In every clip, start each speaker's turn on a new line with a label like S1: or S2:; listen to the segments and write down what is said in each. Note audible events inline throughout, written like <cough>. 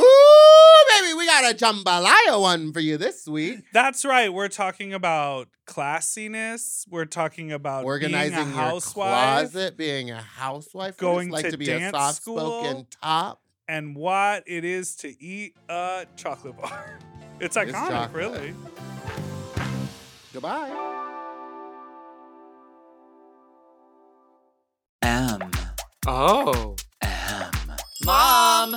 S1: Ooh, baby, we got a jambalaya one for you this week.
S2: That's right. We're talking about classiness. We're talking about
S1: Organizing
S2: being a
S1: your
S2: housewife
S1: closet, being a housewife, what
S2: Going
S1: it's like
S2: to
S1: to, be a
S2: dance
S1: soft-spoken
S2: school.
S1: top.
S2: and what it is to eat a chocolate bar. <laughs> It's
S1: It's
S2: iconic,
S1: chocolate.
S2: really.
S1: Goodbye.
S3: M.
S4: Oh.
S3: M.
S4: Mom!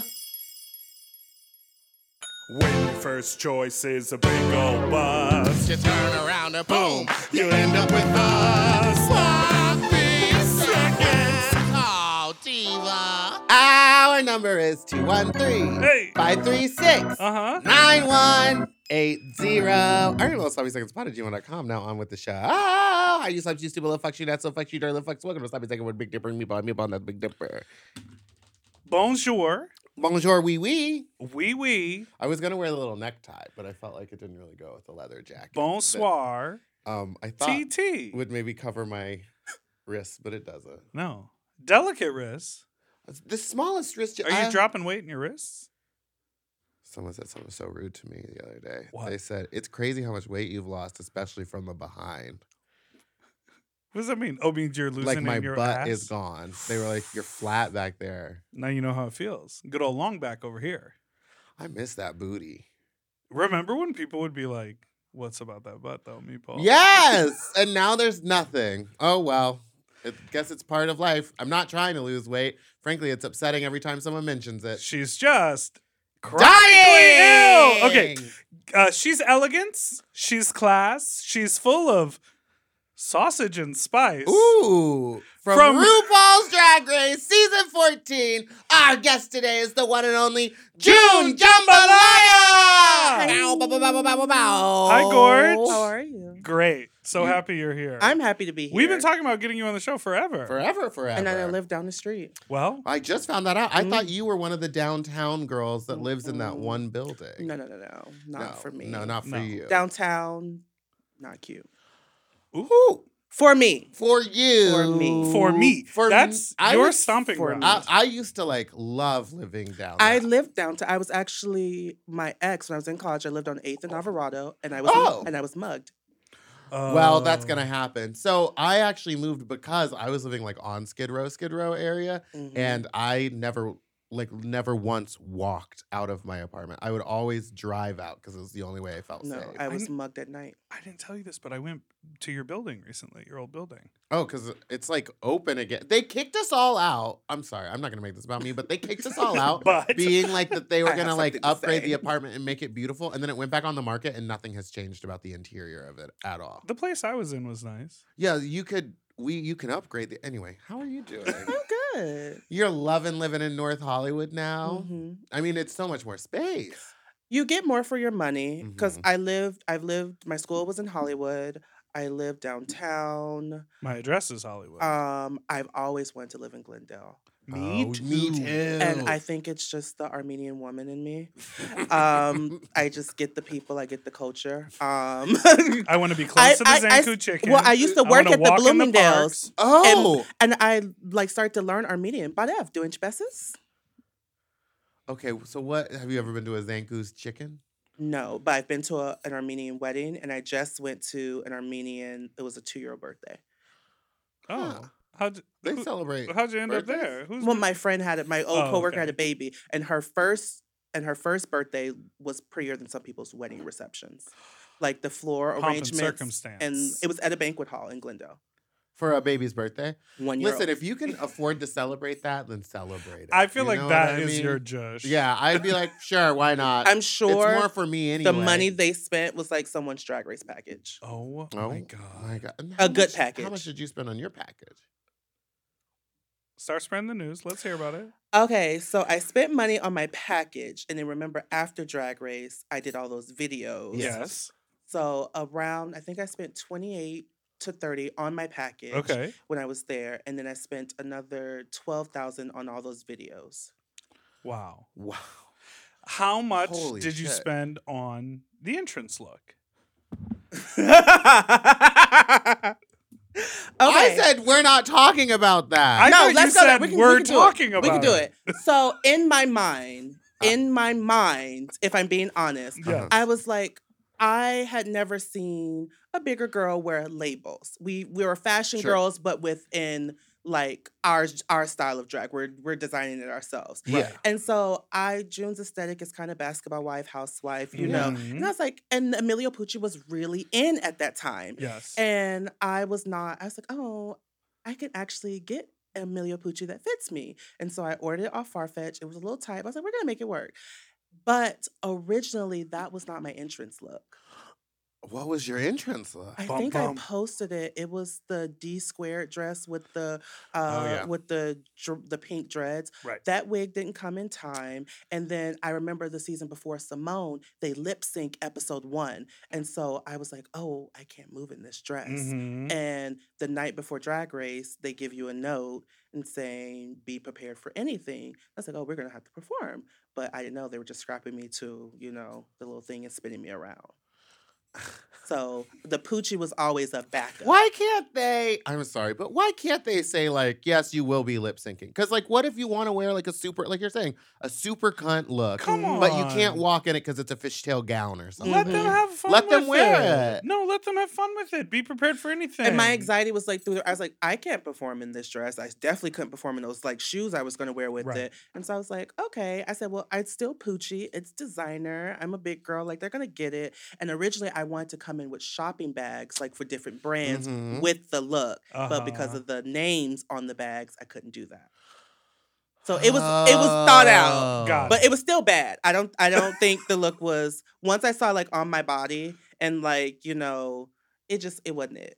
S2: When first choice is a big old bus.
S1: You turn around and boom, you end up with us. Oh, Diva. Our number is 213
S2: Hey.
S1: 536
S2: Uh huh.
S1: 9180. Earn little sloppy seconds. Spotted you on com. Now on with the show. Oh, how you slaps you stupid little fucks you not so fucks you dirty little fucks. Welcome to Sloppy Second with Big Dipper and Meatball. Meatball, that's Big Dipper.
S2: Bonjour.
S1: Bonjour, wee wee.
S2: Oui, oui.
S1: I was gonna wear the little necktie, but I felt like it didn't really go with the leather jacket.
S2: Bonsoir.
S1: But, um, I <laughs> thought
S2: TT.
S1: would maybe cover my wrist, but it doesn't.
S2: No. Delicate wrist.
S1: The smallest wrist.
S2: Are you
S1: I-
S2: dropping weight in your wrists?
S1: Someone said something so rude to me the other day.
S2: What?
S1: They said it's crazy how much weight you've lost, especially from the behind.
S2: What does that mean? Oh, means you're losing
S1: like my
S2: in your
S1: butt
S2: ass?
S1: is gone. They were like, "You're flat back there."
S2: Now you know how it feels. Good old long back over here.
S1: I miss that booty.
S2: Remember when people would be like, "What's about that butt, though, meatball?"
S1: Yes, and now there's nothing. Oh well, I guess it's part of life. I'm not trying to lose weight. Frankly, it's upsetting every time someone mentions it.
S2: she's just chronically
S1: Dying.
S2: ill. Okay, uh, she's elegance. She's class. She's full of sausage and spice.
S1: Ooh, from,
S2: From-
S1: RuPaul's Drag Race season 14. Our guest today is the one and only June Jambalaya. Bow, bow, bow, bow, bow, bow, bow.
S2: Hi, Gorge.
S5: How are you?
S2: Great. So happy you're here.
S5: I'm happy to be here.
S2: We've been talking about getting you on the show forever.
S1: Forever, forever.
S5: And I live Mm-hmm. down the street.
S2: Well,
S1: I just found that out. I thought you were one of the downtown girls that lives in that one building.
S5: Mm-hmm. No, no, no, no. Not
S1: No,
S5: for me.
S1: No, not for
S2: No.
S1: you.
S5: Downtown, not cute.
S1: Ooh,
S5: For me.
S1: for you.
S5: For me.
S2: for me,
S1: For
S2: that's
S1: me, I
S2: your
S1: was-
S2: stomping
S5: for
S2: ground.
S1: I, I used to like love living down.
S5: I
S1: there.
S5: lived downtown. I was actually my ex when I was in college. I lived on 8th and Alvarado and I was
S1: Oh.
S5: and I was mugged.
S1: Well, that's
S5: Um,
S2: Oh.
S1: gonna happen. So I actually moved because I was living like on Skid Row, Skid Row area,
S5: Mhm.
S1: and I never like never once walked out of my apartment. I would always drive out because it was the only way I felt
S5: no,
S1: safe.
S5: I was
S2: kn-
S5: mugged at night.
S2: Oh, I didn't tell you this, but I went to your building recently, your old building.
S1: Oh, because it's like open again. They kicked us all out. I'm sorry, I'm not gonna make this about me, but they kicked us all
S5: <laughs>
S1: out,
S2: But-
S1: being like that they were
S5: I have
S1: gonna like
S5: something to
S1: upgrade the
S5: say.
S1: apartment and make it beautiful, and then it went back on the market, and nothing has changed about the interior of it at all.
S2: The place I was in was nice.
S1: Yeah, you could. We you can upgrade the anyway. How are you doing?
S5: <laughs> Oh, good.
S1: You're loving living in North Hollywood now.
S5: Mhm.
S1: I mean, it's so much more space.
S5: You get more for your money because
S1: Mhm.
S5: I lived. I've lived. My school was in Hollywood. I lived downtown.
S2: My address is Hollywood.
S5: Um, I've always wanted to live in Glendale.
S1: Oh, Me too.
S5: and I think it's just the Armenian woman in me. Um, I just get the people, I get the culture. Um,
S2: <laughs>
S5: <laughs>
S2: I want to be close to the
S5: I- I-
S2: Zanku chicken.
S5: well, I used to
S2: I
S5: work
S2: wanna
S5: at the
S2: walk in parks.
S5: Bloomingdale's,
S1: oh,
S5: and I like start to learn Armenian. Badev, doing chbesis?
S1: okay. So what have you ever been to a Zanku's chicken?
S5: No, but I've been to a, an Armenian wedding, and I just went to an Armenian. It was a two-year-old birthday.
S2: Oh,
S1: Huh.
S2: how'd
S1: They
S2: who-
S1: celebrate.
S2: how'd you end up
S1: birthdays?
S2: there? Who's
S5: Well, my friend had it. My old
S2: Oh,
S5: coworker
S2: okay.
S5: had a baby, and her first and her first birthday was prettier than some people's wedding receptions. Like the floor
S2: Pomp and
S5: arrangements, and
S2: circumstance.
S5: it was at a banquet hall in Glendale.
S1: for a baby's birthday.
S5: One year.
S1: Listen,
S5: old.
S1: if you can afford to celebrate that, then celebrate it.
S2: I feel
S1: You
S2: like
S1: know
S2: that
S1: what I
S2: is
S1: mean?
S2: your judge.
S1: Yeah, I'd be like, sure,
S2: <laughs>
S1: why not?
S5: I'm
S1: it's more
S5: sure
S1: for me anyway.
S5: the money they spent was like someone's drag race package.
S2: Oh,
S1: Oh
S2: my god.
S1: my god! And
S5: A
S1: how
S5: good
S1: much- How
S5: package.
S1: much did you spend on your package?
S2: Start spreading the news. Let's hear about it.
S5: Okay, so I spent money on my package, and then remember after Drag Race, I did all those videos.
S2: Yes.
S5: So around, I think I spent twenty eight to thirty on my package.
S2: Okay.
S5: When I was there, and then I spent another twelve thousand on all those videos.
S2: Wow.
S1: Wow.
S2: How much
S1: Holy
S2: did you
S1: shit.
S2: spend on the
S1: <laughs>
S2: entrance look?
S1: I Uh-huh.
S5: Okay.
S1: said we're not talking about that.
S2: I
S5: no,
S2: thought you
S5: let's go.
S2: said
S5: there. We can,
S2: we're
S5: we can
S2: talking
S5: do it.
S2: about
S5: We can do it. So in my mind, in my mind, if I'm being honest,
S2: Yeah.
S5: I was like, I had never seen a bigger girl wear labels. We we were fashion
S1: Sure.
S5: girls, but within like our our style of drag, we're we're designing it ourselves.
S1: yeah.
S5: And so I June's aesthetic is kind of basketball wife, housewife, you know.
S2: Mhm.
S5: And I was like, and Emilio Pucci was really in at that time.
S2: Yes.
S5: And I was not, I was like, oh, I can actually get Emilio Pucci that fits me. And so I ordered it off Farfetch. It was a little tight, but I was like, we're gonna make it work. But originally, that was not my entrance look.
S1: What was your entrance look?
S5: I
S2: Bum,
S5: think
S2: bum.
S5: I posted it. It was the D squared dress with the uh,
S1: yeah.
S5: with the dr- the pink dreads.
S2: Oh, Right.
S5: That wig didn't come in time. And then I remember the season before Simone, they lip sync episode one, and so I was like, oh, I can't move in this dress.
S2: Mhm.
S5: And the night before drag race, they give you a note and saying, be prepared for anything. I was like, oh, we're going to have to perform. But I didn't know they were just scrapping me to, you know, the little thing and spinning me around. so the Poochie was always a backup.
S1: Why can't they? I'm sorry, but why can't they say like, yes, you will be lip syncing? Because like, what if you want to wear like a super, like you're saying, a super cunt look,
S2: Come on.
S1: but you can't walk in it because it's a fishtail gown or something?
S2: Let them have fun.
S1: Mm-hmm. Let them
S2: with
S1: wear it.
S2: No, let them have fun with it. Be prepared for anything.
S5: And my anxiety was like through the I was like, I can't perform in this dress. I definitely couldn't perform in those like shoes I was gonna wear with
S2: Right.
S5: it. And so I was like, okay. I said, well, it's still Poochie. It's designer. I'm a big girl. Like they're gonna get it. And originally I wanted to come in with shopping bags, like for different brands
S1: Mhm.
S5: with the look. But because
S2: Mm-hmm. Uh-huh.
S5: of the names on the bags, I couldn't do that. So it was it was thought out
S1: Oh.
S2: Got
S5: but it was still bad. I don't I don't think the look was once I saw like on my body and like, you know, it just it wasn't it.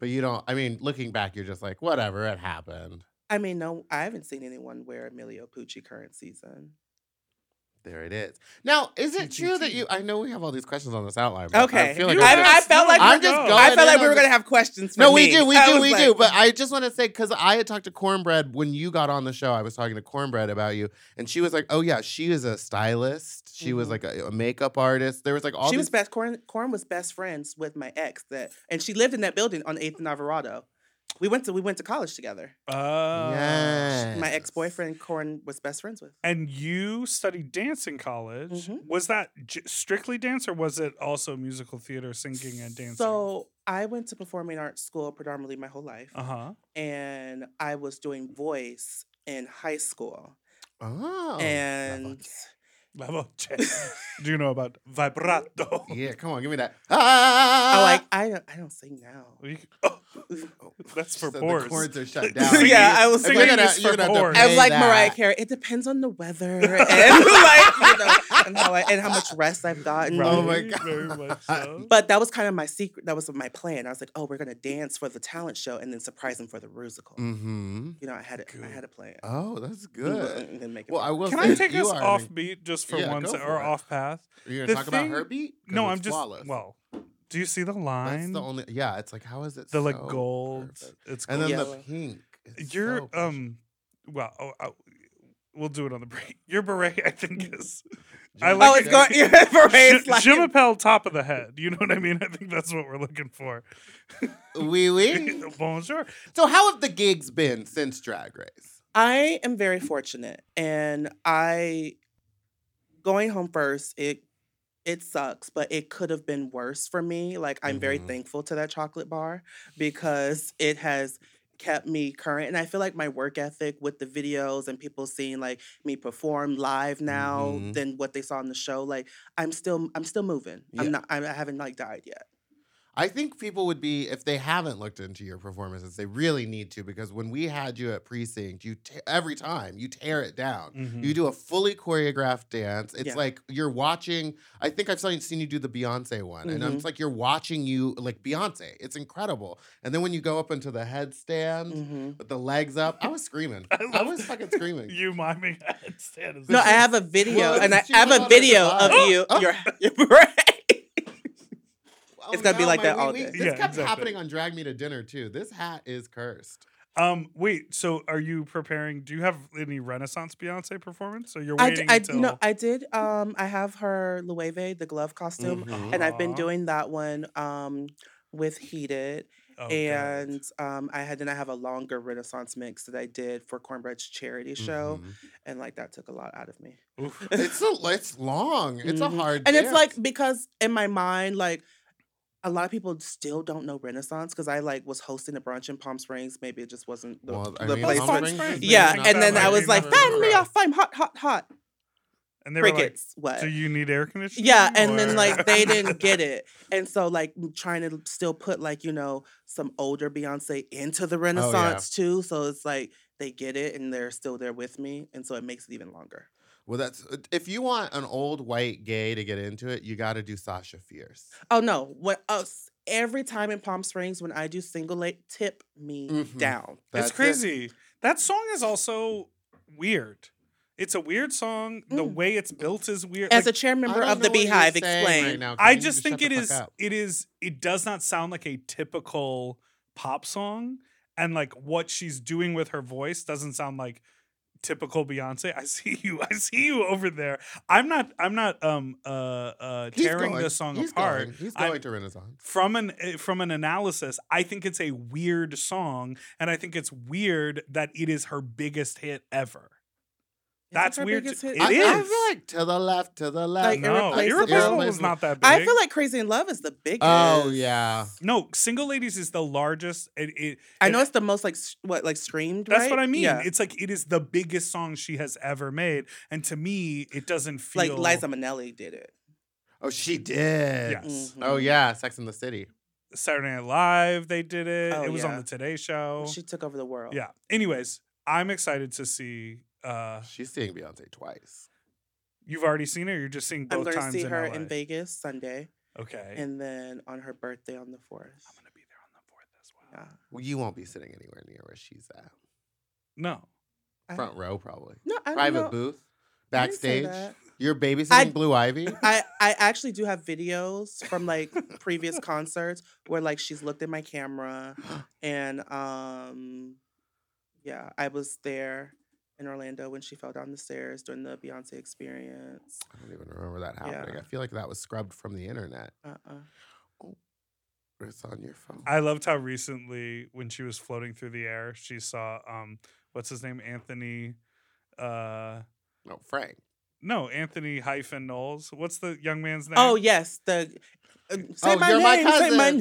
S1: But you don't. I mean, looking back, you're just like, whatever, it happened.
S5: I mean, no, I haven't seen anyone wear Emilio Pucci current season.
S1: There it is. Now, is it true that you? I know we have all these questions on this outline. but I
S5: Okay.
S1: feel like
S2: You
S1: we're
S5: I,
S2: have
S1: just-
S5: I felt like
S1: I'm
S5: I'm
S1: just
S2: go.
S1: going.
S5: I felt like
S1: in
S5: we were
S1: on
S5: gonna
S1: this-
S5: have questions. For
S1: No, we
S5: me.
S2: <laughs>
S1: do, we
S5: I
S1: do,
S5: was
S1: we
S5: like-
S1: do. But I just want to say because I had talked to Cornbread when you got on the show. I was talking to Cornbread about you, and she was like, "Oh yeah, she is a stylist. She was
S2: Mm-hmm.
S5: Mhm.
S1: like a, a makeup artist. There was like all
S5: "Mm, she
S1: these
S5: was best. Corn, Corn was best friends with my ex that, and she lived in that building on Eighth and Alvarado. We went to we went to college together.
S2: Uh,
S1: Yes.
S5: My ex boyfriend Corn was best friends with.
S2: And you studied dance in college.
S5: Mhm.
S2: Was that j- strictly dance, or was it also musical theater, singing, and dancing?
S5: So I went to performing arts school predominantly my whole life,
S1: Uh-huh.
S2: uh huh.
S5: and I was doing voice in high school,
S1: Oh,
S5: and
S2: Level check. <laughs> Do you know about vibrato?
S1: <laughs> yeah, come on, give me that. Ah!
S5: I like I don't I don't sing now.
S2: We- <laughs> oh, that's
S1: She said Ah!
S2: for
S1: The
S2: boards.
S1: chords are
S2: <laughs>
S1: shut down.
S5: <laughs> Yeah, I was
S1: If
S2: singing
S1: you're gonna,
S2: this
S1: you're
S2: for
S1: gonna have to
S2: boards.
S5: I
S1: pay
S5: was like Mariah
S1: that.
S5: Carey. It depends on the weather and <laughs> like you know, and how I, and how much rest I've gotten.
S2: Right,
S1: Oh my God.
S2: <laughs> Very
S1: <laughs>
S2: much so.
S5: But that was kind of my secret. That was my plan. I was like, oh, we're gonna dance for the talent show and then surprise them for the musical.
S1: Mm-hmm.
S5: You know, I had it. I
S2: Good.
S5: had a plan.
S1: Oh, that's
S5: And
S1: good.
S5: then- and then make it
S1: Well, I
S5: work.
S1: will.
S2: Mm, Can
S1: say
S2: I take
S1: you
S2: us
S1: are an
S2: off beat just for
S1: Yeah,
S2: one
S1: go
S2: se-
S1: for
S2: or
S1: it.
S2: off path?
S1: You're
S2: The
S1: gonna talk about her
S2: thing-
S1: beat? 'Cause
S2: No,
S1: it's
S2: I'm just
S1: flawless.
S2: well. Do you see the line?
S1: That's the only. Yeah, it's like how is it
S2: the like
S1: so
S2: gold.
S1: perfect?
S2: It's gold.
S1: and then the
S5: Yellow.
S1: pink. It's
S2: Your
S1: so precious.
S2: um, well, oh, oh, we'll do it on the break. <laughs> Your beret, I
S1: Mm.
S2: think, is I like
S5: oh, it's going. <laughs> Your brain's like,
S2: Je m'appelle top of the head. You know what I mean? I think that's what we're looking for.
S1: Wee
S2: <laughs>
S1: wee.
S2: Bonjour.
S1: So how have the gigs been since Drag Race?
S5: I am very fortunate, and I going home first. It it sucks, but it could have been worse for me. Like I'm very
S1: Mhm.
S5: thankful to that chocolate bar because it has kept me current. And I feel like my work ethic with the videos and people seeing like me perform live now
S1: Mhm.
S5: than what they saw on the show, like I'm still I'm still moving.
S1: Yeah.
S5: I'm not I'm, I haven't like died yet.
S1: I think people would be if they haven't looked into your performances. They really need to because when we had you at precinct, you te- every time you tear it down. You do a fully choreographed dance. It's
S5: Yeah.
S1: like you're watching. I think I've seen seen you do the Beyonce one, and
S5: Mhm.
S1: it's like you're watching you like Beyonce. It's incredible. And then when you go up into the headstand
S5: hmm
S1: with the legs up, I was screaming. I,
S2: love
S1: was
S2: that.
S1: fucking screaming.
S2: You <laughs> miming headstand is
S5: No, I
S2: amazing.
S5: have a video
S1: Well,
S5: and I
S1: she
S5: I have
S1: was
S5: a
S1: on her
S5: video of
S1: survive.
S5: you.
S1: Oh.
S5: Your, <laughs> your brain.
S1: Oh,
S5: it's gonna be
S1: no,
S5: like
S1: my-
S5: that
S1: we-
S5: all
S1: we-
S5: day.
S1: This
S2: Yeah,
S1: kept
S2: exactly.
S1: happening on Drag Me to Dinner too. This hat is cursed.
S2: Um, wait. So, are you preparing? Do you have any Renaissance Beyonce performance? Or you're
S5: I, d-
S2: waiting
S5: I d-
S2: until
S5: no, I did. Um, I have her Lueve, the glove costume,
S2: Mm-hmm.
S1: Mhm.
S5: and I've been
S2: Aw.
S5: doing that one um with heated,
S2: Oh, good.
S5: and um, I had then I have a longer Renaissance mix that I did for Cornbread's charity show,
S2: Mm-hmm.
S1: Mhm.
S5: and like that took a lot out of me. <laughs>
S2: Oof.
S1: It's a, it's long. It's
S5: Mhm.
S1: a hard.
S5: and it's
S1: dance.
S5: like because in my mind like a lot of people still don't know renaissance because i like was hosting a brunch in palm springs maybe it just wasn't the,
S1: Well, I
S5: the
S1: mean,
S5: place
S1: Palm
S5: for
S2: Springs is big.
S5: yeah
S2: It's
S5: and then
S2: not
S5: i
S2: like
S5: was
S2: we
S5: like
S2: know
S5: fan me
S2: Colorado.
S5: off i'm hot hot hot
S2: and they
S5: crickets
S2: were
S5: what
S2: like, "Do you need air conditioning?" <laughs>
S5: yeah and then
S2: Or-
S5: like they didn't get it and so like m- trying to still put like you know some older beyonce into
S2: Oh,
S5: the renaissance too so it's like they get it and they're still there with me and so it makes it even longer
S1: Well, that's uh, if you want an old white gay to get into it, you got to do Sasha Fierce.
S5: Oh no! What else? Every time in Palm Springs when I do single leg, tip me
S2: Mm-hmm.
S1: Mhm.
S5: down.
S1: That's
S2: it's
S1: it.
S2: crazy. That song is also weird. It's a weird song. The
S1: Hmm.
S5: Mm.
S2: way it's built is weird.
S5: As a
S2: Like,
S5: chair
S1: I
S5: member
S1: don't
S5: of the
S1: know what you're
S5: Beehive,
S1: saying
S5: explain.
S1: right now. Can
S2: I
S1: you
S2: just think
S1: shut
S2: it
S1: the fuck
S2: is.
S1: up?
S2: It is. It does not sound like a typical pop song, and like what she's doing with her voice doesn't sound like typical Beyonce. I <laughs> see you. I see you over there. I'm not. I'm not. Um. Uh. Uh.
S1: He's
S2: Tearing
S1: going-
S2: this song
S1: he's
S2: apart.
S1: Going, he's
S2: I'm-
S1: going to Renaissance.
S2: from an uh, from an analysis, I think it's a weird song, and I think it's weird that it is her biggest hit ever. That's
S5: her
S2: weird.
S5: biggest
S2: to-
S5: hit?
S2: It
S1: I, I
S2: is.
S1: feel like to the left, to the left.
S5: Like,
S2: no,
S5: Irreplaceable.
S2: irreplaceable was not that big.
S5: I feel like Crazy in Love is the biggest.
S1: Oh yeah.
S2: no, single ladies is the largest. It, it,
S5: I
S2: it-
S5: know it's the most like s- what like streamed.
S2: that's
S5: right?
S2: what I mean.
S5: Yeah.
S2: It's like it is the biggest song she has ever made, and to me, it doesn't
S5: like
S2: feel
S5: Liza Minnelli did it.
S1: Oh, she did.
S2: Yes.
S1: Oh
S5: Mhm.
S1: yeah, Sex in the City.
S2: Saturday Night Live. They did it.
S5: Oh,
S2: it was on
S5: yeah.
S2: the Today Show.
S5: She took over the world.
S2: Oh. yeah. Anyways, I'm excited to see. Uh,
S1: She's seeing Beyonce twice.
S2: You've already seen her. You're just seeing
S5: I'm
S2: both
S5: going to
S2: times
S5: see
S2: in
S5: her
S2: LA.
S5: in Vegas Sunday,
S2: Okay.
S5: and then on her birthday on the fourth.
S2: I'm gonna be there on the fourth as well.
S5: Yeah.
S1: Well, you won't be sitting anywhere near where she's at.
S2: No.
S5: I-
S1: Front row, probably.
S5: No, I don't
S1: Private
S5: know.
S1: booth,
S5: I didn't say
S1: backstage. <laughs>
S5: that.
S1: You're babysitting
S5: I-
S1: Blue Ivy.
S5: I, I actually do have videos from like
S1: <laughs>
S5: previous concerts where like she's looked at
S1: <gasps>
S5: my camera and um yeah, I was there in Orlando when she fell down the stairs during the Beyonce experience.
S1: I don't even remember that happening.
S5: Yeah.
S1: I feel like that was scrubbed from the internet.
S5: Uh-uh.
S1: or It's on your phone.
S2: I loved how recently when she was floating through the air, she saw um what's his name? Anthony uh
S1: no, Frank.
S2: no, Anthony hyphen Knowles. What's the young man's name?
S5: Oh yes, the uh, say
S1: Oh,
S5: my
S1: you're my
S5: name, say my
S1: cousin.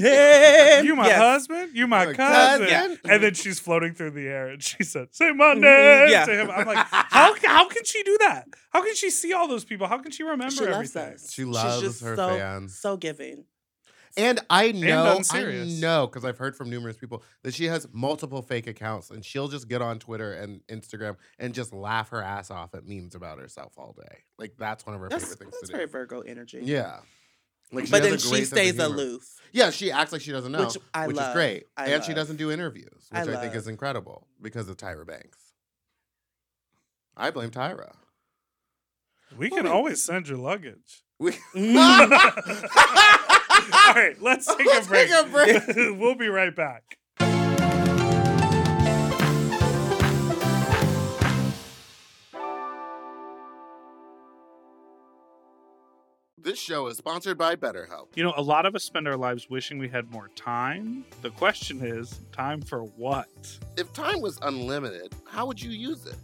S2: <laughs>
S5: name.
S2: You my
S5: Yes.
S2: husband? You my
S1: Your
S2: cousin.
S1: cousin.
S2: And then she's floating through the air and she said, Say my name
S5: yeah.
S2: to him. I'm like, how how can she do that? How can she see all those people? How can she remember
S5: She loves
S2: everything?
S5: us.
S1: She
S5: She's
S1: loves
S5: just
S1: her
S5: so,
S1: fans.
S5: So giving.
S1: And I know, I
S2: unserious.
S1: know, because I've heard from numerous people that she has multiple fake accounts, and she'll just get on Twitter and Instagram and just laugh her ass off at memes about herself all day. Like that's one of her
S5: That's,
S1: favorite things
S5: that's
S1: to
S5: very
S1: do.
S5: Virgo energy.
S1: Yeah, like has
S5: but then
S1: a
S5: she
S1: great sense of
S5: stays
S1: humor.
S5: aloof.
S1: Yeah, she acts like she doesn't know,
S5: Which I
S1: is
S5: love.
S1: great.
S5: I
S1: and she
S5: love.
S1: doesn't do interviews, which
S5: I
S1: I, think is
S5: love.
S1: incredible because of Tyra Banks. I blame Tyra.
S2: We can
S1: Well, we-
S2: always send your luggage.
S5: <laughs>
S1: We- <laughs>
S2: All right, let's take
S1: Let's
S2: a break.
S1: take a
S2: <laughs> we'll be right back.
S1: this show is sponsored by BetterHelp.
S2: You know, a lot of us spend our lives wishing we had more time. The question is, time for what?
S1: If time was unlimited, how would you use it?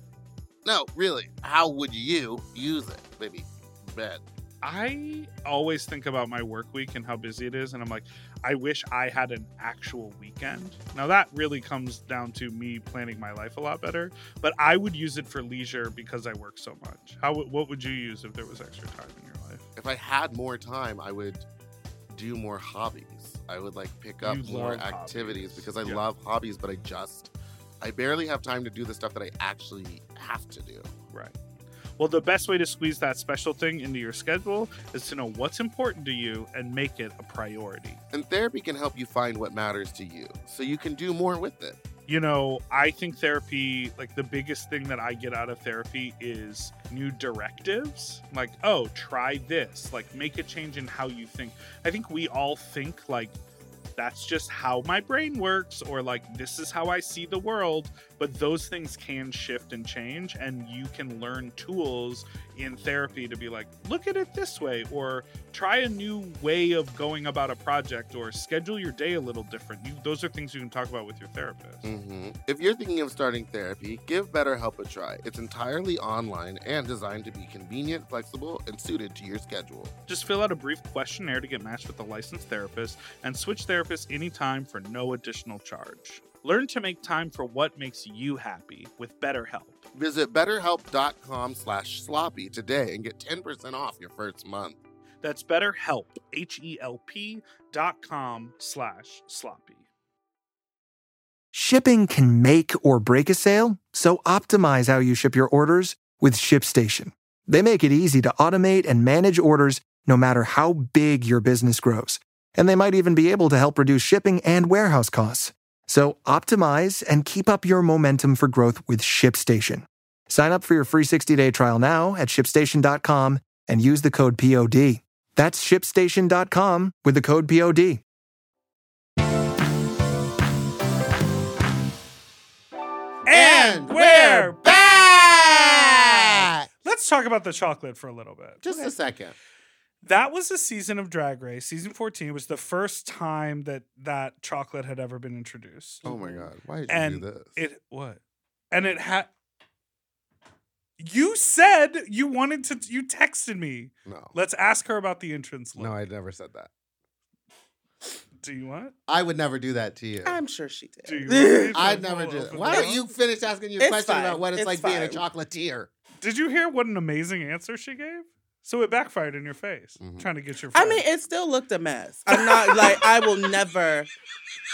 S1: No, really, how would you use it? Maybe bet
S2: I always think about my work week and how busy it is, and I'm like, I wish I had an actual weekend. Now that really comes down to me planning my life a lot better, but I would use it for leisure because I work so much. How would- what would you use if there was extra time in your life?
S1: If I had more time, I would do more hobbies. I would like pick up
S2: You
S1: more
S2: love
S1: activities
S2: hobbies.
S1: because I
S2: Yeah.
S1: love hobbies, but I just I barely have time to do the stuff that I actually have to do.
S2: Right. Well, the best way to squeeze that special thing into your schedule is to know what's important to you and make it a priority.
S1: And therapy can help you find what matters to you so you can do more with it.
S2: you know, I think therapy, like the biggest thing that I get out of therapy is new directives. Like, oh, try this. Like, make a change in how you think. I think we all think, like, that's just how my brain works, or like, this is how I see the world. But those things can shift and change. And you can learn tools in therapy to be like, look at it this way, or try a new way of going about a project, or schedule your day a little different. You, those are things you can talk about with your therapist.
S1: hmm If you're thinking of starting therapy, give BetterHelp a try. It's entirely online and designed to be convenient, flexible, and suited to your schedule.
S2: Just fill out a brief questionnaire to get matched with a licensed therapist and switch therapists anytime for no additional charge. Learn to make time for what makes you happy with BetterHelp.
S1: Visit betterhelp.com slash sloppy today and get 10% off your first month.
S2: That's BetterHelp, H-E-L-P dot com slash sloppy.
S3: Shipping can make or break a sale, so optimize how you ship your orders with ShipStation. They make it easy to automate and manage orders no matter how big your business grows. And they might even be able to help reduce shipping and warehouse costs. So optimize and keep up your momentum for growth with ShipStation. Sign up for your free 60-day trial now at shipstation.com and use the code POD. That's shipstation.com with the code POD.
S2: And we're back! Let's talk about the chocolate for a little bit.
S1: Just a second.
S2: that was the season of Drag Race. Season 14 was the first time that that chocolate had ever been introduced.
S1: Oh my God. Why did you
S2: and
S1: do this?
S2: it what and it had you said you wanted to you texted me
S1: no.
S2: let's ask her about the entrance look.
S1: No, I never said that.
S2: do you
S5: <laughs>
S2: want
S1: I would never do that to you.
S5: I'm sure she did.
S1: <laughs>
S5: <laughs>
S2: do you want me to
S1: I
S2: pull
S1: never do
S2: open
S1: that. Why
S2: the
S1: don't
S2: door?
S1: you finish asking your
S5: It's
S1: question
S5: fine.
S1: about what it's,
S5: It's
S1: like being a
S5: fine.
S1: chocolatier?
S2: did you hear what an amazing answer she gave so it backfired in your face
S1: Mhm.
S2: trying to get your
S5: I
S2: friend.
S5: mean, it still looked a mess. I'm not like I will never,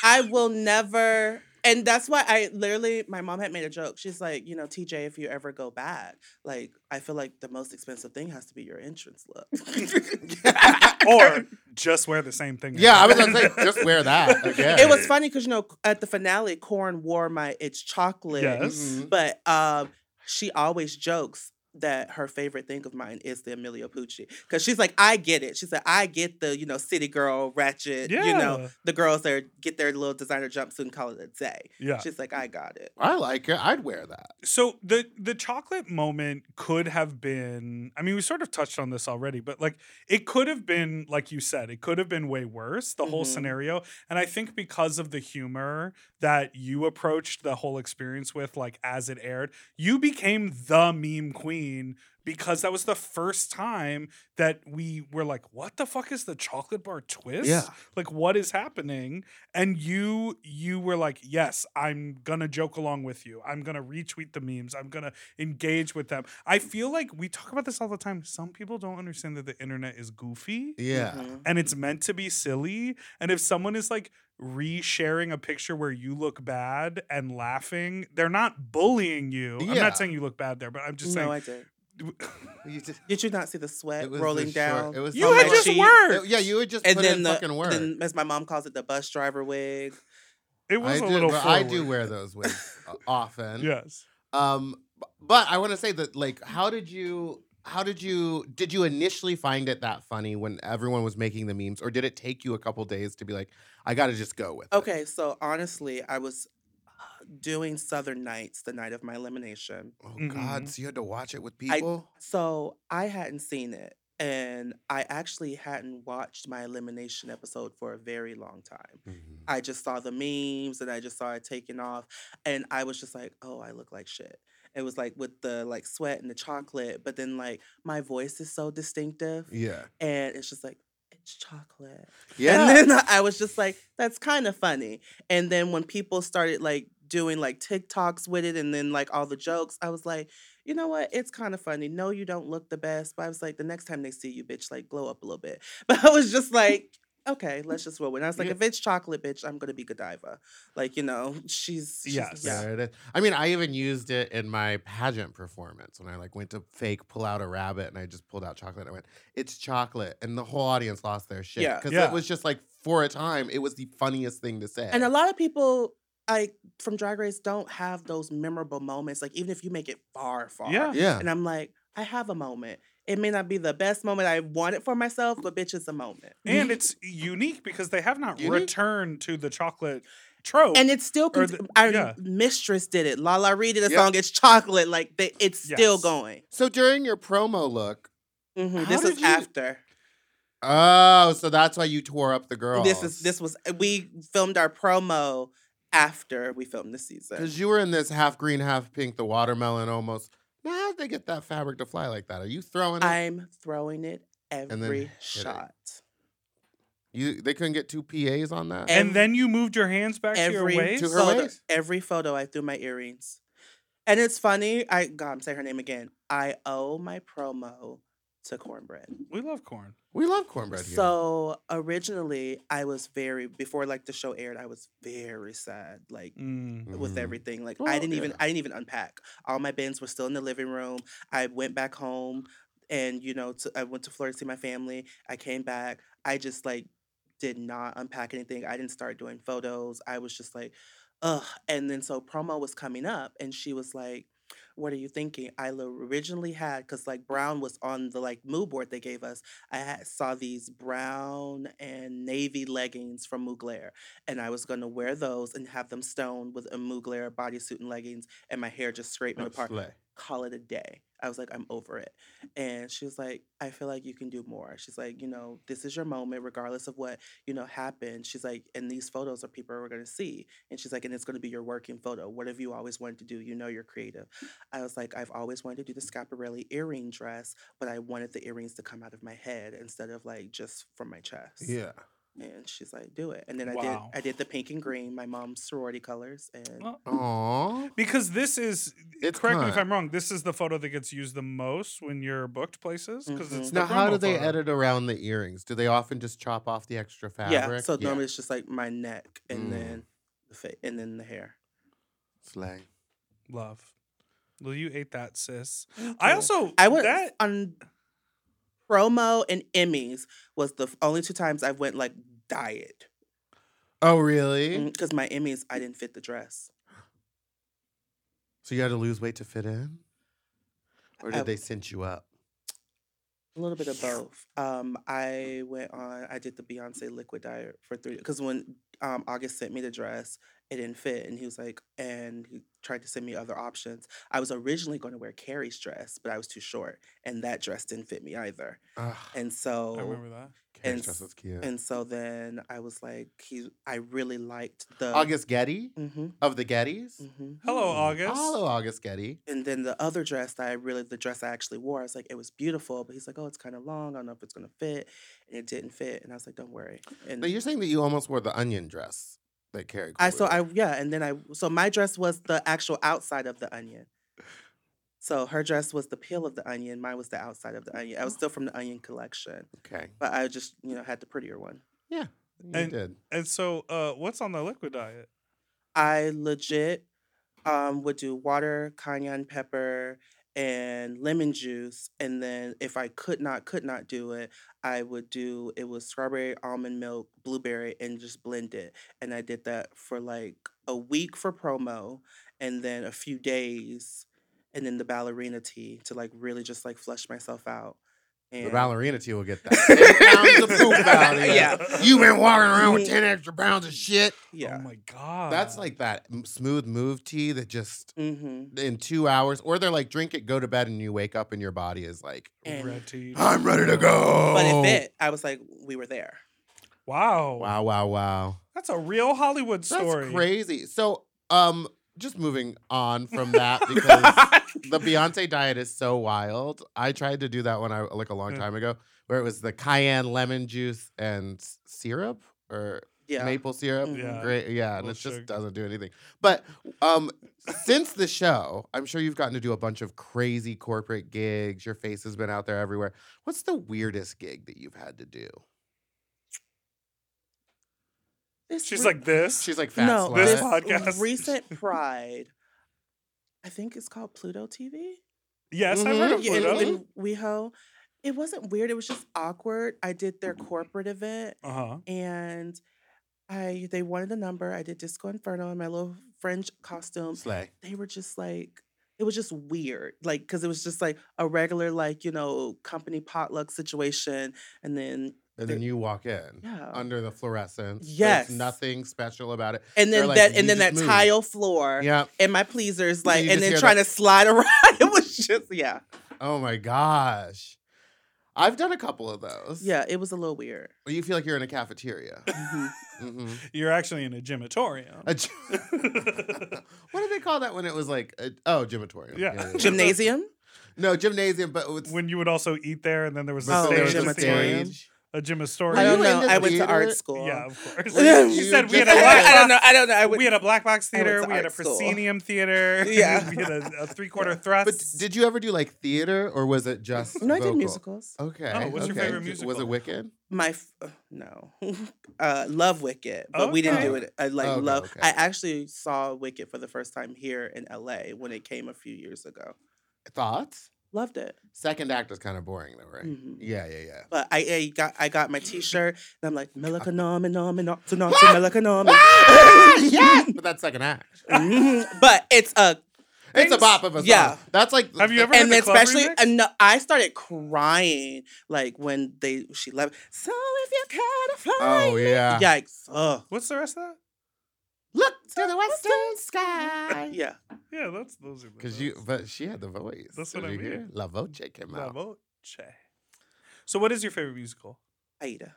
S5: I will never, and that's why I literally my mom had made a joke. She's like, you know, TJ, if you ever go back, like I feel like the most expensive thing has to be your entrance look. <laughs>
S2: or just wear the same thing
S1: Yeah, I was
S2: again.
S1: gonna say, just wear that again.
S5: it was funny because you know at the finale, Corin wore my it's chocolate,
S2: <laughs> yes
S1: Mhm.
S5: but um, she always jokes. That her favorite thing of mine is the Emilio Pucci because she's like, I get it. She said, I get the you know city girl
S1: Mm-hmm.
S5: ratchet,
S2: yeah
S5: you know, the girls there get their little designer jumpsuit and call it a day.
S2: yeah
S5: She's like, I got it.
S1: I like it. I'd wear that.
S2: so the the chocolate moment could have been i mean we sort of touched on this already but like it could have been like you said it could have been way worse the whole
S5: Mhm.
S2: scenario and i think because of the humor that you approached the whole experience with like as it aired you became the meme queen because that was the first time that we were like what the fuck is the chocolate bar twist
S1: Yeah.
S2: like what is happening and you you were like yes i'm gonna joke along with you i'm gonna retweet the memes i'm gonna engage with them i feel like we talk about this all the time some people don't understand that the internet is goofy
S1: Yeah.
S5: Mhm.
S2: and it's meant to be silly and if someone is like resharing a picture where you look bad and laughing they're not bullying you i'm
S1: Yeah.
S2: not saying you look bad there but i'm just
S5: no,
S2: saying
S5: I did. <laughs>
S2: <laughs>
S1: You just-
S5: Did you not see the sweat
S1: it was the
S5: rolling
S1: short-
S5: down?
S1: it was
S2: you
S1: on
S2: had
S1: my
S2: just
S5: cheek.
S2: worked
S1: Oh, Yeah, you would just
S5: and
S1: put
S5: then
S1: in
S5: the
S1: fucking work.
S5: then, as my mom calls it, the bus driver wig.
S2: it was
S1: I
S2: a
S1: do,
S2: little
S1: but I do
S2: forward.
S1: wear those wigs uh, often.
S2: yes
S1: Um, b- but I want to say that, like, how did you? How did you? Did you initially find it that funny when everyone was making the memes, or did it take you a couple days to be like, I got to just go with? it?
S5: Okay, so honestly, I was uh, doing Southern Nights the night of my elimination.
S1: Oh
S2: Mhm.
S1: God! So you had to watch it with people.
S5: So I hadn't seen it. And I actually hadn't watched my elimination episode for a very long time.
S1: Mm-hmm.
S5: I just saw the memes and I just saw it taking off. And I was just like, oh, I look like shit. It was like with the like sweat and the chocolate, but then like my voice is so distinctive,
S1: Yeah.
S5: and it's just like it's chocolate. <laughs>
S1: Yeah.
S5: And then I was just like, that's kind of funny. And then when people started like doing like TikToks with it and then like all the jokes, I was like, you know what? It's kind of funny. No, you don't look the best. But I was like, the next time they see you, bitch, like glow up a little bit. <laughs> But I was just like, okay, let's just roll with it. And I was like,
S1: Yeah.
S5: if it's chocolate, bitch, I'm going to be Godiva. Like, you know, <laughs> she's. she's
S2: Yes.
S5: yeah.
S1: There it is. I mean, I even used it in my pageant performance when I like went to fake pull out a rabbit and I just pulled out chocolate. And I went, "It's chocolate," and the whole audience lost their shit
S5: Yeah.
S1: because
S2: Yeah.
S1: it was just like for a time, it was the funniest thing to say.
S5: And a lot of people like from Drag Race don't have those memorable moments. Like, even if you make it far, far.
S2: Yeah.
S1: yeah,
S5: And I'm like, I have a moment. It may not be the best moment I wanted for myself, but bitch, it's a moment.
S2: and it's unique because they have not
S1: Unique?
S2: returned to the chocolate trope.
S5: And it's still,
S2: Or
S5: cont-
S2: the-
S5: our
S2: yeah.
S5: mistress did it. La La Ree did a
S1: Yep.
S5: song, it's chocolate. Like, they, it's still
S2: Yes.
S5: going.
S1: so during your promo look,
S5: Mhm,
S1: How
S5: This
S1: did
S5: is
S1: you-
S5: after.
S1: oh, so that's why you tore up the girl.
S5: This is, this was, we filmed our promo after we filmed the season.
S1: because you were in this half green, half pink, the watermelon almost. Now, how did they get that fabric to fly like that? Are you throwing it?
S5: I'm throwing it
S1: then
S5: every
S1: hit it.
S5: shot.
S1: You they couldn't get two PAs on that.
S5: And-
S2: And then you moved your hands back to your
S5: every
S2: waist.
S1: To her
S5: photo,
S1: waist?
S5: every photo I threw my earrings. And it's funny, I God, I'm saying her name again. I owe my promo to cornbread.
S2: we love corn.
S1: we love cornbread here.
S5: So originally I was very before like the show aired, I was very sad. Like
S2: Mm.
S5: with
S1: Mhm.
S5: everything. Like I
S2: Oh,
S1: Well,
S5: didn't even
S1: yeah.
S5: I didn't even unpack. All my bins were still in the living room. I went back home, and you know, to, I went to Florida to see my family. I came back. I just like did not unpack anything. I didn't start doing photos. I was just like, ugh. And then so promo was coming up, and she was like. What are you thinking? I lo- originally had because like brown was on the like mood board they gave us. I had, saw these brown and navy leggings from Mugler, and I was gonna wear those and have them stoned with a Mugler bodysuit and leggings, and my hair just scraping
S1: Oh,
S5: apart.
S1: slay.
S5: Call it a day. I was like, I'm over it. And she was like, I feel like you can do more. She's like, you know, this is your moment, regardless of what you know happened. She's like, and these photos are people we're gonna see, and she's like, and it's gonna be your working photo. What have you always wanted to do? You know, you're creative. I was like, I've always wanted to do the Scaparelli earring dress, but I wanted the earrings to come out of my head instead of like just from my chest
S1: Yeah.
S5: and she's like, "Do it." And then
S2: Wow.
S5: I did. I did the pink and green, my mom's sorority colors, and
S2: Well,
S1: Aww.
S2: Because this is,
S1: It's
S2: correct me if
S1: not.
S2: I'm wrong, this is the photo that gets used the most when you're booked places. Because
S5: Mhm.
S2: it's the
S1: Mm-hmm. Now, how
S2: promo
S1: do they
S2: photo.
S1: edit around the earrings? Do they often just chop off the extra fabric?
S5: yeah. So normally it's just like my neck and
S1: Mm.
S5: then the fa- and then the hair.
S1: Slay.
S2: Love. Well, you ate that, sis.
S5: Thank
S2: I
S5: you.
S2: also,
S5: I went
S2: that,
S5: on promo and Emmys was the f- only two times I went like diet
S1: Oh, really?
S5: because my Emmys I didn't fit the dress.
S1: So you had to lose weight to fit in? Or did
S5: I-
S1: they cinch you up?
S5: A little bit of both. Um, I went on. I did the Beyonce liquid diet for three because when um, August sent me the dress, it didn't fit, and he was like, and he tried to send me other options. I was originally going to wear Carrie's dress, but I was too short, and that dress didn't fit me either.
S1: Ugh,
S5: And
S2: I
S1: Oh.
S2: remember
S5: so,
S2: that.
S1: Carrie's
S5: and
S1: dress
S5: s-
S1: was cute.
S5: and so then I was like, he. I really liked the
S1: August Getty
S5: hmm
S1: of the Gettys?
S5: hmm
S2: Hello, Oh, August.
S1: Hello, August Getty.
S5: and then the other dress that I really the dress I actually wore, I was like, it was beautiful, but he's like, oh, it's kind of long. I don't know if it's gonna fit, and it didn't fit. And I was like, don't worry. And
S1: Now, you're saying that you almost wore the onion dress that Carrie
S5: I so
S1: Cole
S5: I
S1: wore.
S5: yeah, and then I so my dress was the actual outside of the onion. So her dress was the peel of the onion. Mine was the outside of the onion. I was still from the onion collection,
S1: Okay.
S5: but I just you know had the prettier one.
S1: Yeah. You
S2: And-
S1: did.
S2: And so, uh, what's on the liquid diet? Oh
S5: I legit um, would do water, cayenne pepper, and lemon juice. And then if I could not, could not do it, I would do it was strawberry, almond milk, blueberry, and just blend it. And I did that for like a week for promo and then a few days and then the ballerina tea to like really just like flush myself out.
S1: The
S5: And <laughs>
S1: ballerina tea will <laughs> get that. 10 pounds of <laughs> poop out of Mm. you.
S5: Yeah.
S1: You've been walking around with 10 extra pounds of shit.
S5: yeah.
S2: Oh my God.
S1: That's like that m- smooth move tea that just
S5: mm-hmm.
S1: in two hours, or they're like, drink it, go to bed, and you wake up and your body is like,
S5: And-
S1: <gasps>
S2: Ready.
S1: I'm ready to go.
S5: But it fit. I was like, we were there.
S2: Wow.
S1: Wow, wow, wow.
S2: That's a real Hollywood
S1: That's
S2: story.
S1: crazy. So, um, just moving on
S2: <laughs>
S1: from that because the Beyonce diet is so wild. I tried to do that when I like a long
S2: Mm.
S1: time ago, where it was the cayenne lemon juice and s- syrup or
S5: Yeah.
S1: maple syrup.
S5: Mhm.
S2: Yeah.
S1: Great, yeah, and
S2: Mm-hmm. Little
S1: it just
S2: sugar.
S1: doesn't do anything. But um, since the show, I'm sure you've gotten to do a bunch of crazy corporate gigs. Your face has been out there everywhere. What's the weirdest gig that you've had to do?
S5: It's
S2: She's
S5: re-
S2: like this.
S1: She's like fat
S5: no,
S1: slut.
S2: This
S5: it's
S2: podcast. <laughs>
S5: Recent Pride. I think it's called Pluto TV.
S2: yes, I've heard
S1: Mhm.
S5: Mm-hmm.
S2: of
S1: Yeah,
S2: Pluto.
S1: and-
S5: in WeHo. It wasn't weird. It was just awkward. I did their corporate event,
S2: uh huh.
S5: and I they wanted a number. I did Disco Inferno in my little fringe costume.
S1: Slay.
S5: They were just like, it was just weird, like because it was just like a regular like you know company potluck situation, and then
S1: And then you walk in
S5: Yeah.
S1: under the fluorescence. There's
S5: Oh. Yes.
S1: nothing special about it.
S5: and
S1: They're
S5: then
S1: like,
S5: that
S1: "You
S5: and then that
S1: just moved."
S5: tile floor.
S1: Yeah.
S5: And my pleasers, like,
S1: you
S5: and
S1: just
S5: then
S1: hear
S5: trying
S1: that-
S5: to slide around. It was just, yeah.
S1: Oh my gosh. I've done a couple of those.
S5: Yeah, it was a little weird.
S1: Where You feel like you're in a
S5: <laughs>
S1: cafeteria. Mhm.
S2: You're actually in a gymatorium.
S1: A gy- <laughs> what did they call that when it was like, a, oh, gymatorium.
S2: Yeah.
S5: Gymnasium?
S1: No, gymnasium, but it's.
S2: when you would also eat there, and then there was a
S1: but
S5: Oh,
S1: there
S2: stage
S1: was a
S2: with
S5: gymatorium.
S2: the- a gymatorium.
S1: Were
S5: I
S1: you
S5: don't
S1: in
S5: know.
S1: the
S5: I went to
S1: theater?
S5: art school.
S2: Yeah, of
S5: <laughs>
S2: course.
S5: Well,
S2: she
S1: you
S2: said we had
S1: just-
S2: a black
S5: I
S2: box.
S5: don't know. I don't know. I would,
S2: we had a black box
S5: I went
S2: theater.
S5: to
S2: We had a
S5: art school.
S2: proscenium theater. <laughs>
S5: Yeah.
S2: we had
S5: <laughs>
S2: a, three quarter thrust.
S1: But did you ever do like theater or was it just.
S5: no, I did
S1: vocal?
S5: musicals.
S1: Okay.
S2: Oh, what's
S5: your
S1: okay.
S2: favorite
S1: D- Was
S2: musical?
S1: it Wicked?
S5: My f- uh, no, uh, love Wicked, but we didn't do
S2: Okay.
S5: it. I like
S1: Okay,
S5: love.
S1: okay.
S5: I actually saw Wicked for the first time here in L.A. when it came a few years ago.
S1: Thoughts?
S5: Loved it,
S1: Second act is kind of boring though, right?
S5: Mhm.
S1: Yeah, yeah,
S5: <laughs>
S1: yeah. <laughs>
S5: but I, I got I got my T-shirt and I'm like melakanom and nom and nom to nom to melakanom.
S1: Ah, yes! But that's second act.
S5: Mhm. But it's a
S1: It's a bop of a song.
S5: Yeah.
S1: That's like.
S2: Have you ever- heard
S5: and
S2: the club
S5: especially
S2: remix?
S5: and no, I started crying like when they she left. So if you can fly,
S1: Oh, yeah.
S5: yikes! Ugh.
S2: What's the rest of that?
S1: Look to the western sky.
S5: <laughs> Yeah,
S2: Yeah, that's those are the
S1: Because you,
S2: best.
S1: but she had the voice.
S2: That's what
S1: Did
S2: I
S1: you hear?
S2: mean.
S1: La voce came
S2: La
S1: out.
S2: Voce. So, what is your favorite musical?
S5: Aida.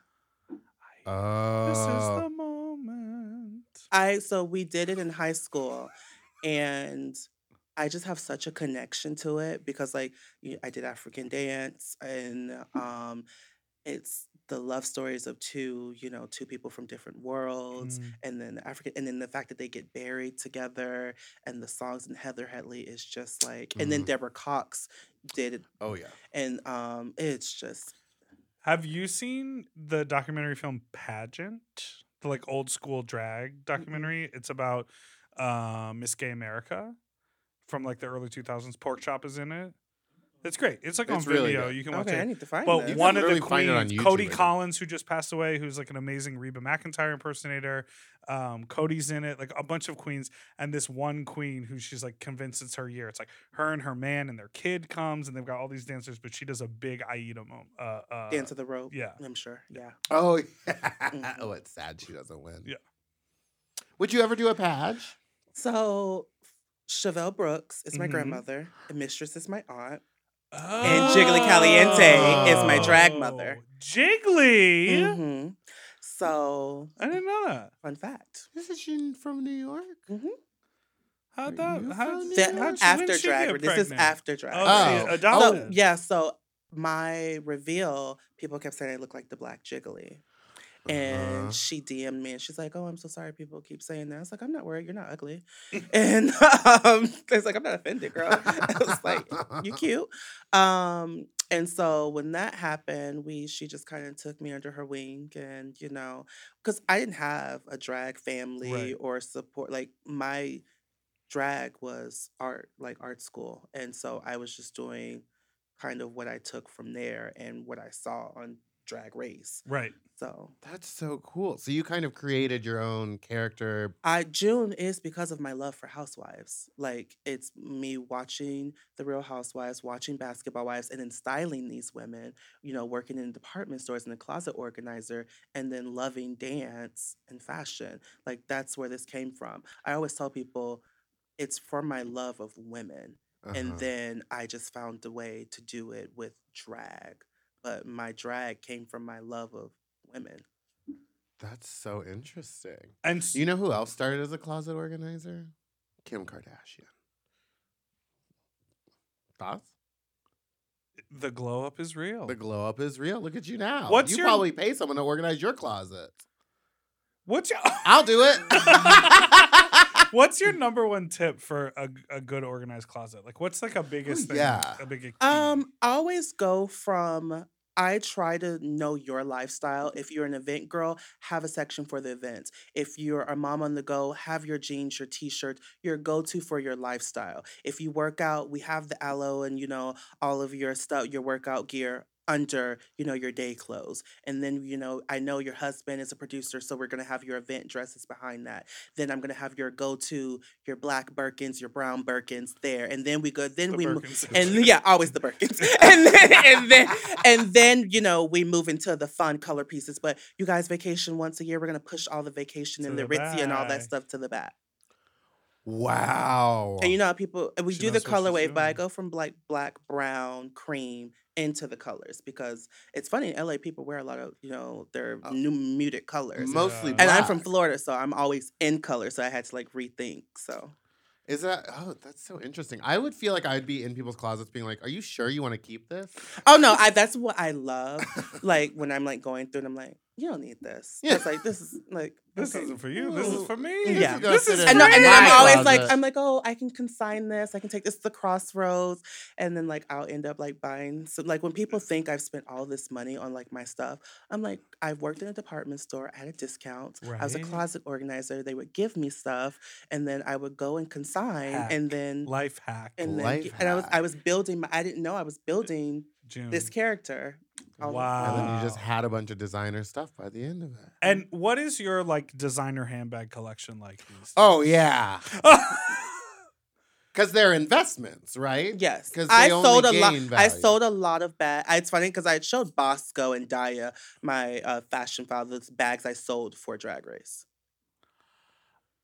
S2: this is
S1: Oh.
S2: the moment.
S5: I so we did it in high school, and I just have such a connection to it because like you- I did African dance, and
S2: Mm.
S5: um, it's the love stories of two you know two people from different worlds,
S2: Mm.
S5: and then the African, and then the fact that they get buried together, and the songs and Heather Headley is just like, and then
S2: Mm-hmm.
S1: Mhm.
S5: Deborah Cox did it,
S1: Oh yeah.
S5: and um, it's just
S2: Have you seen the documentary film Pageant? The like old school drag documentary. It's about uh, Miss Gay America from like the early 2000s. Pork Chop is in it. It's great. It's like
S1: It's
S2: on
S1: really
S2: video.
S1: good.
S2: You can watch
S5: okay. I
S2: it.
S5: need to find.
S2: But
S5: this.
S2: one
S5: <laughs>
S1: can
S2: of the
S1: literally
S2: queens,
S1: find it on YouTube,
S2: Cody
S1: I think.
S2: Collins, who just passed away, who's like an amazing Reba McIntyre impersonator. Um, Cody's in it, like a bunch of queens, and this one queen who she's like convinced it's her year. It's like her and her man and their kid comes, and they've got all these dancers, but she does a big Aida moment. Uh, uh,
S5: dance of the rope.
S2: yeah.
S5: I'm sure. Yeah.
S1: Oh. Yeah. <laughs> oh, it's sad she doesn't win.
S2: Yeah.
S1: Would you ever do a page?
S5: So Chevelle Brooks is my
S2: Mhm.
S5: grandmother, and Mistress is my aunt.
S2: and
S5: Jiggly
S1: Caliente is my
S5: drag mother.
S2: Oh, Jiggly?
S5: Mhm. So
S2: I didn't know that.
S5: fun fact.
S1: Isn't she from New York?
S2: How
S1: Are
S2: that?
S1: you
S2: How
S1: from New
S5: That-
S1: York? How'd she-
S5: after drag, this is after drag.
S2: Oh,
S1: Oh.
S2: she
S5: So
S2: adopted.
S5: yeah, so my reveal, people kept saying I look like the Black Jiggly. And
S1: Uh-huh.
S5: she DM'd me and she's like, Oh, I'm so sorry people keep saying that. I was like, I'm not worried. You're not ugly. and <laughs> um, it's like, I'm not offended, girl. <laughs> I was like, you cute. Um, and so when that happened, we she just kind of took me under her wing, and you know, because I didn't have a drag family
S2: Right.
S5: or support. Like my drag was art, like art school, and so I was just doing kind of what I took from there and what I saw on Drag Race.
S2: Right.
S5: So
S1: That's so cool. So you kind of created your own character.
S5: I June is because of my love for housewives. Like it's me watching the Real Housewives, watching Basketball Wives, and then styling these women. You know, working in department stores and a closet organizer, and then loving dance and fashion. Like that's where this came from. I always tell people, it's for my love of women,
S1: Uh-huh.
S5: and then I just found a way to do it with drag. But my drag came from my love of women.
S1: That's so interesting.
S2: And s-
S1: You know who else started as a closet organizer? Kim Kardashian. Thoughts?
S2: The glow up is real.
S1: The glow up is real. Look at you now.
S2: Oh. What's
S1: you
S2: your-
S1: probably pay someone to organize your closet.
S2: What's
S5: <laughs>
S2: your <laughs>
S1: I'll do it.
S2: What's your number one tip for a, a good organized closet? Like, what's like a biggest thing?
S1: yeah.
S2: A big key?
S5: Um, always go from I try to know your lifestyle. If you're an event girl, have a section for the events. If you're a mom on the go, have your jeans, your t-shirts, your go-to for your lifestyle. If you work out, we have the aloe and you know all of your stuff, your workout gear under, you know, your day clothes. And then, you know, I know your husband is a producer, so we're gonna have your event dresses behind that. Then I'm gonna have your go-to, your black Birkins, your brown Birkins there. And then we go, then
S2: The
S5: we move
S2: Birkin
S5: and
S2: section.
S5: yeah, always the Birkins. <laughs> And then, and then and then you know we move into the fun color pieces. But you guys vacation once a year. We're gonna push all the vacation
S2: To
S5: and the,
S2: the
S5: ritzy and all
S2: back.
S5: that stuff to the back.
S1: wow.
S5: And you know how people and we
S2: She
S5: do the
S2: knows what she's
S5: colorway, but I
S2: doing.
S5: go from black, black, brown, cream into the colors because it's funny in LA people wear a lot of you know their
S1: Oh.
S5: new muted colors.
S2: Uh, Mo-
S1: mostly.
S2: Yeah.
S5: and I'm from
S1: black.
S5: Florida, so I'm always in color. So I had to like rethink. So
S1: Is that? Oh, that's so interesting. I would feel like I'd be in people's closets, being like, "Are you sure you want to keep this?"
S5: Oh no, I that's what I love. like when I'm like going through and I'm like, you don't need this.
S1: Yeah.
S5: It's like this is like
S2: <laughs> This
S5: okay.
S2: isn't for you. This is for me.
S5: Yeah.
S1: is gonna
S2: This
S1: fit
S2: is
S1: in
S2: for
S5: and, no, and then
S1: my
S5: I'm always like,
S1: closet.
S5: I'm like, oh, I can consign this. I can take this to the crossroads, and then like I'll end up like buying. So like when people think I've spent all this money on like my stuff, I'm like, I've worked in a department store at a discount. I was a
S2: Right.
S5: closet organizer. They would give me stuff, and then I would go and consign, and
S2: Hack.
S5: then
S2: Life hack.
S5: and then
S1: Life
S5: g- and I was I
S1: hack.
S5: was building. My, I didn't know I was building
S2: June.
S5: this character. all the
S2: Wow.
S1: and
S5: time.
S1: then you just
S2: Wow.
S1: had a bunch of designer stuff by the end of it.
S2: And what is your like designer handbag collection like? These
S1: Oh
S2: days?
S1: yeah,
S2: Oh,
S1: because they're investments, right?
S5: Yes,
S1: 'Cause
S5: I
S1: they only
S5: sold a lot.
S1: gain
S5: I
S1: value.
S5: sold a lot of bags. It's funny because I showed Bosco and Daya my uh, fashion file. Those bags I sold for Drag Race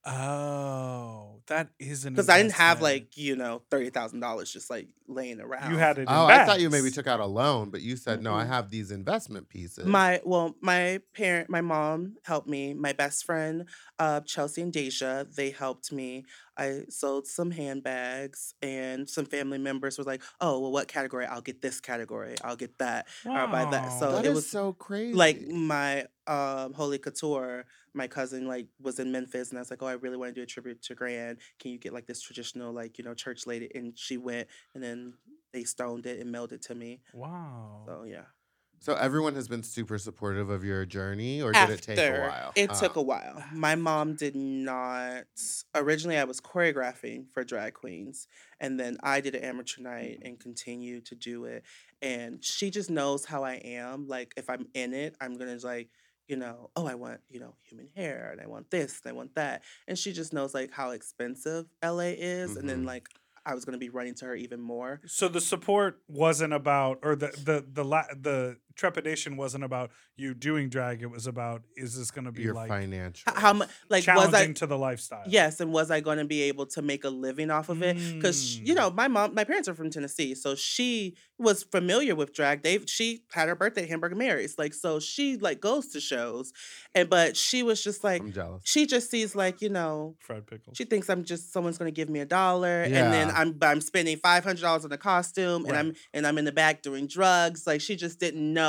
S2: oh, that is
S1: Mm,
S2: an.
S5: because I didn't have
S2: investment.
S5: like you know thirty thousand dollars just like laying around.
S2: you had it. In
S1: Oh, I thought you maybe
S2: bags.
S1: took out a loan, but you said no. I
S5: Mm-mm.
S1: have these investment pieces.
S5: my well, my parent, my mom helped me. My best friend, uh, Chelsea and Deja, they helped me. I sold some handbags, and some family members were like, "Oh, well, what category? I'll get this category. I'll get that." uh, by that,
S2: Wow.
S5: so
S1: That
S5: it
S1: is
S5: was
S1: so crazy.
S5: like my um holy couture my cousin like was in memphis and i was like oh i really want to do a tribute to grand can you get like this traditional like you know church lady and she went and then they stoned it and mailed it to me
S2: Wow.
S5: so yeah
S1: so everyone has been super supportive of your journey, or did it take a while?
S5: it
S1: Ah.
S5: took a while my mom did not originally i was choreographing for drag queens and then i did an amateur night and continued to do it and she just knows how i am like if i'm in it i'm gonna like you know oh i want you know human hair and i want this and i want that and she just knows like how expensive la is and then
S1: Mhm.
S5: like i was gonna be running to her even more
S2: So the support wasn't about, or the the the la- the trepidation wasn't about you doing drag. It was about is this going to be
S1: your
S2: like
S1: financial.
S5: H- how much like was
S2: challenging
S5: i
S2: to the lifestyle?
S5: Yes, and was I going to be able to make a living off of it? Because you
S2: Mm.
S5: know, my mom, my parents are from Tennessee, so she was familiar with drag. They she had her birthday at Hamburg and Mary's, like so she like goes to shows, and but she was just like
S1: I'm jealous.
S5: she just sees like you know
S2: Fried pickles.
S5: she thinks I'm just someone's going to give me a dollar, and then
S1: Yeah.
S5: I'm but I'm spending five hundred dollars on a costume, and I'm and I'm in the back doing drugs. Like she just didn't know.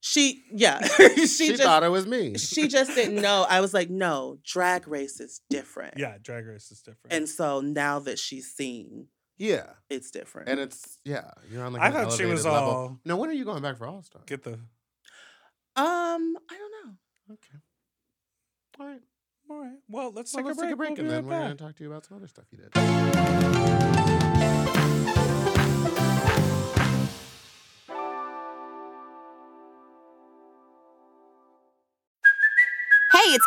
S5: She yeah <laughs> she,
S1: She,
S5: just
S1: thought it was me.
S5: she just didn't know. I was like, no, drag race is different.
S2: yeah, drag race is different.
S5: And so now that she's seen,
S1: yeah,
S5: it's different.
S1: and it's yeah. You're on like
S2: I
S1: an
S2: thought she was
S1: elevated level.
S2: all
S1: No, when are you going back for All Star?
S2: get the
S5: um, I don't know.
S1: Okay. All right.
S2: all right. Well, let's,
S1: Well,
S2: take,
S1: let's
S2: a break.
S1: take a break,
S2: We'll
S1: and
S2: be
S1: then
S2: right
S1: we're going
S2: back.
S1: to talk to you about some other stuff you did.
S6: Hey, it's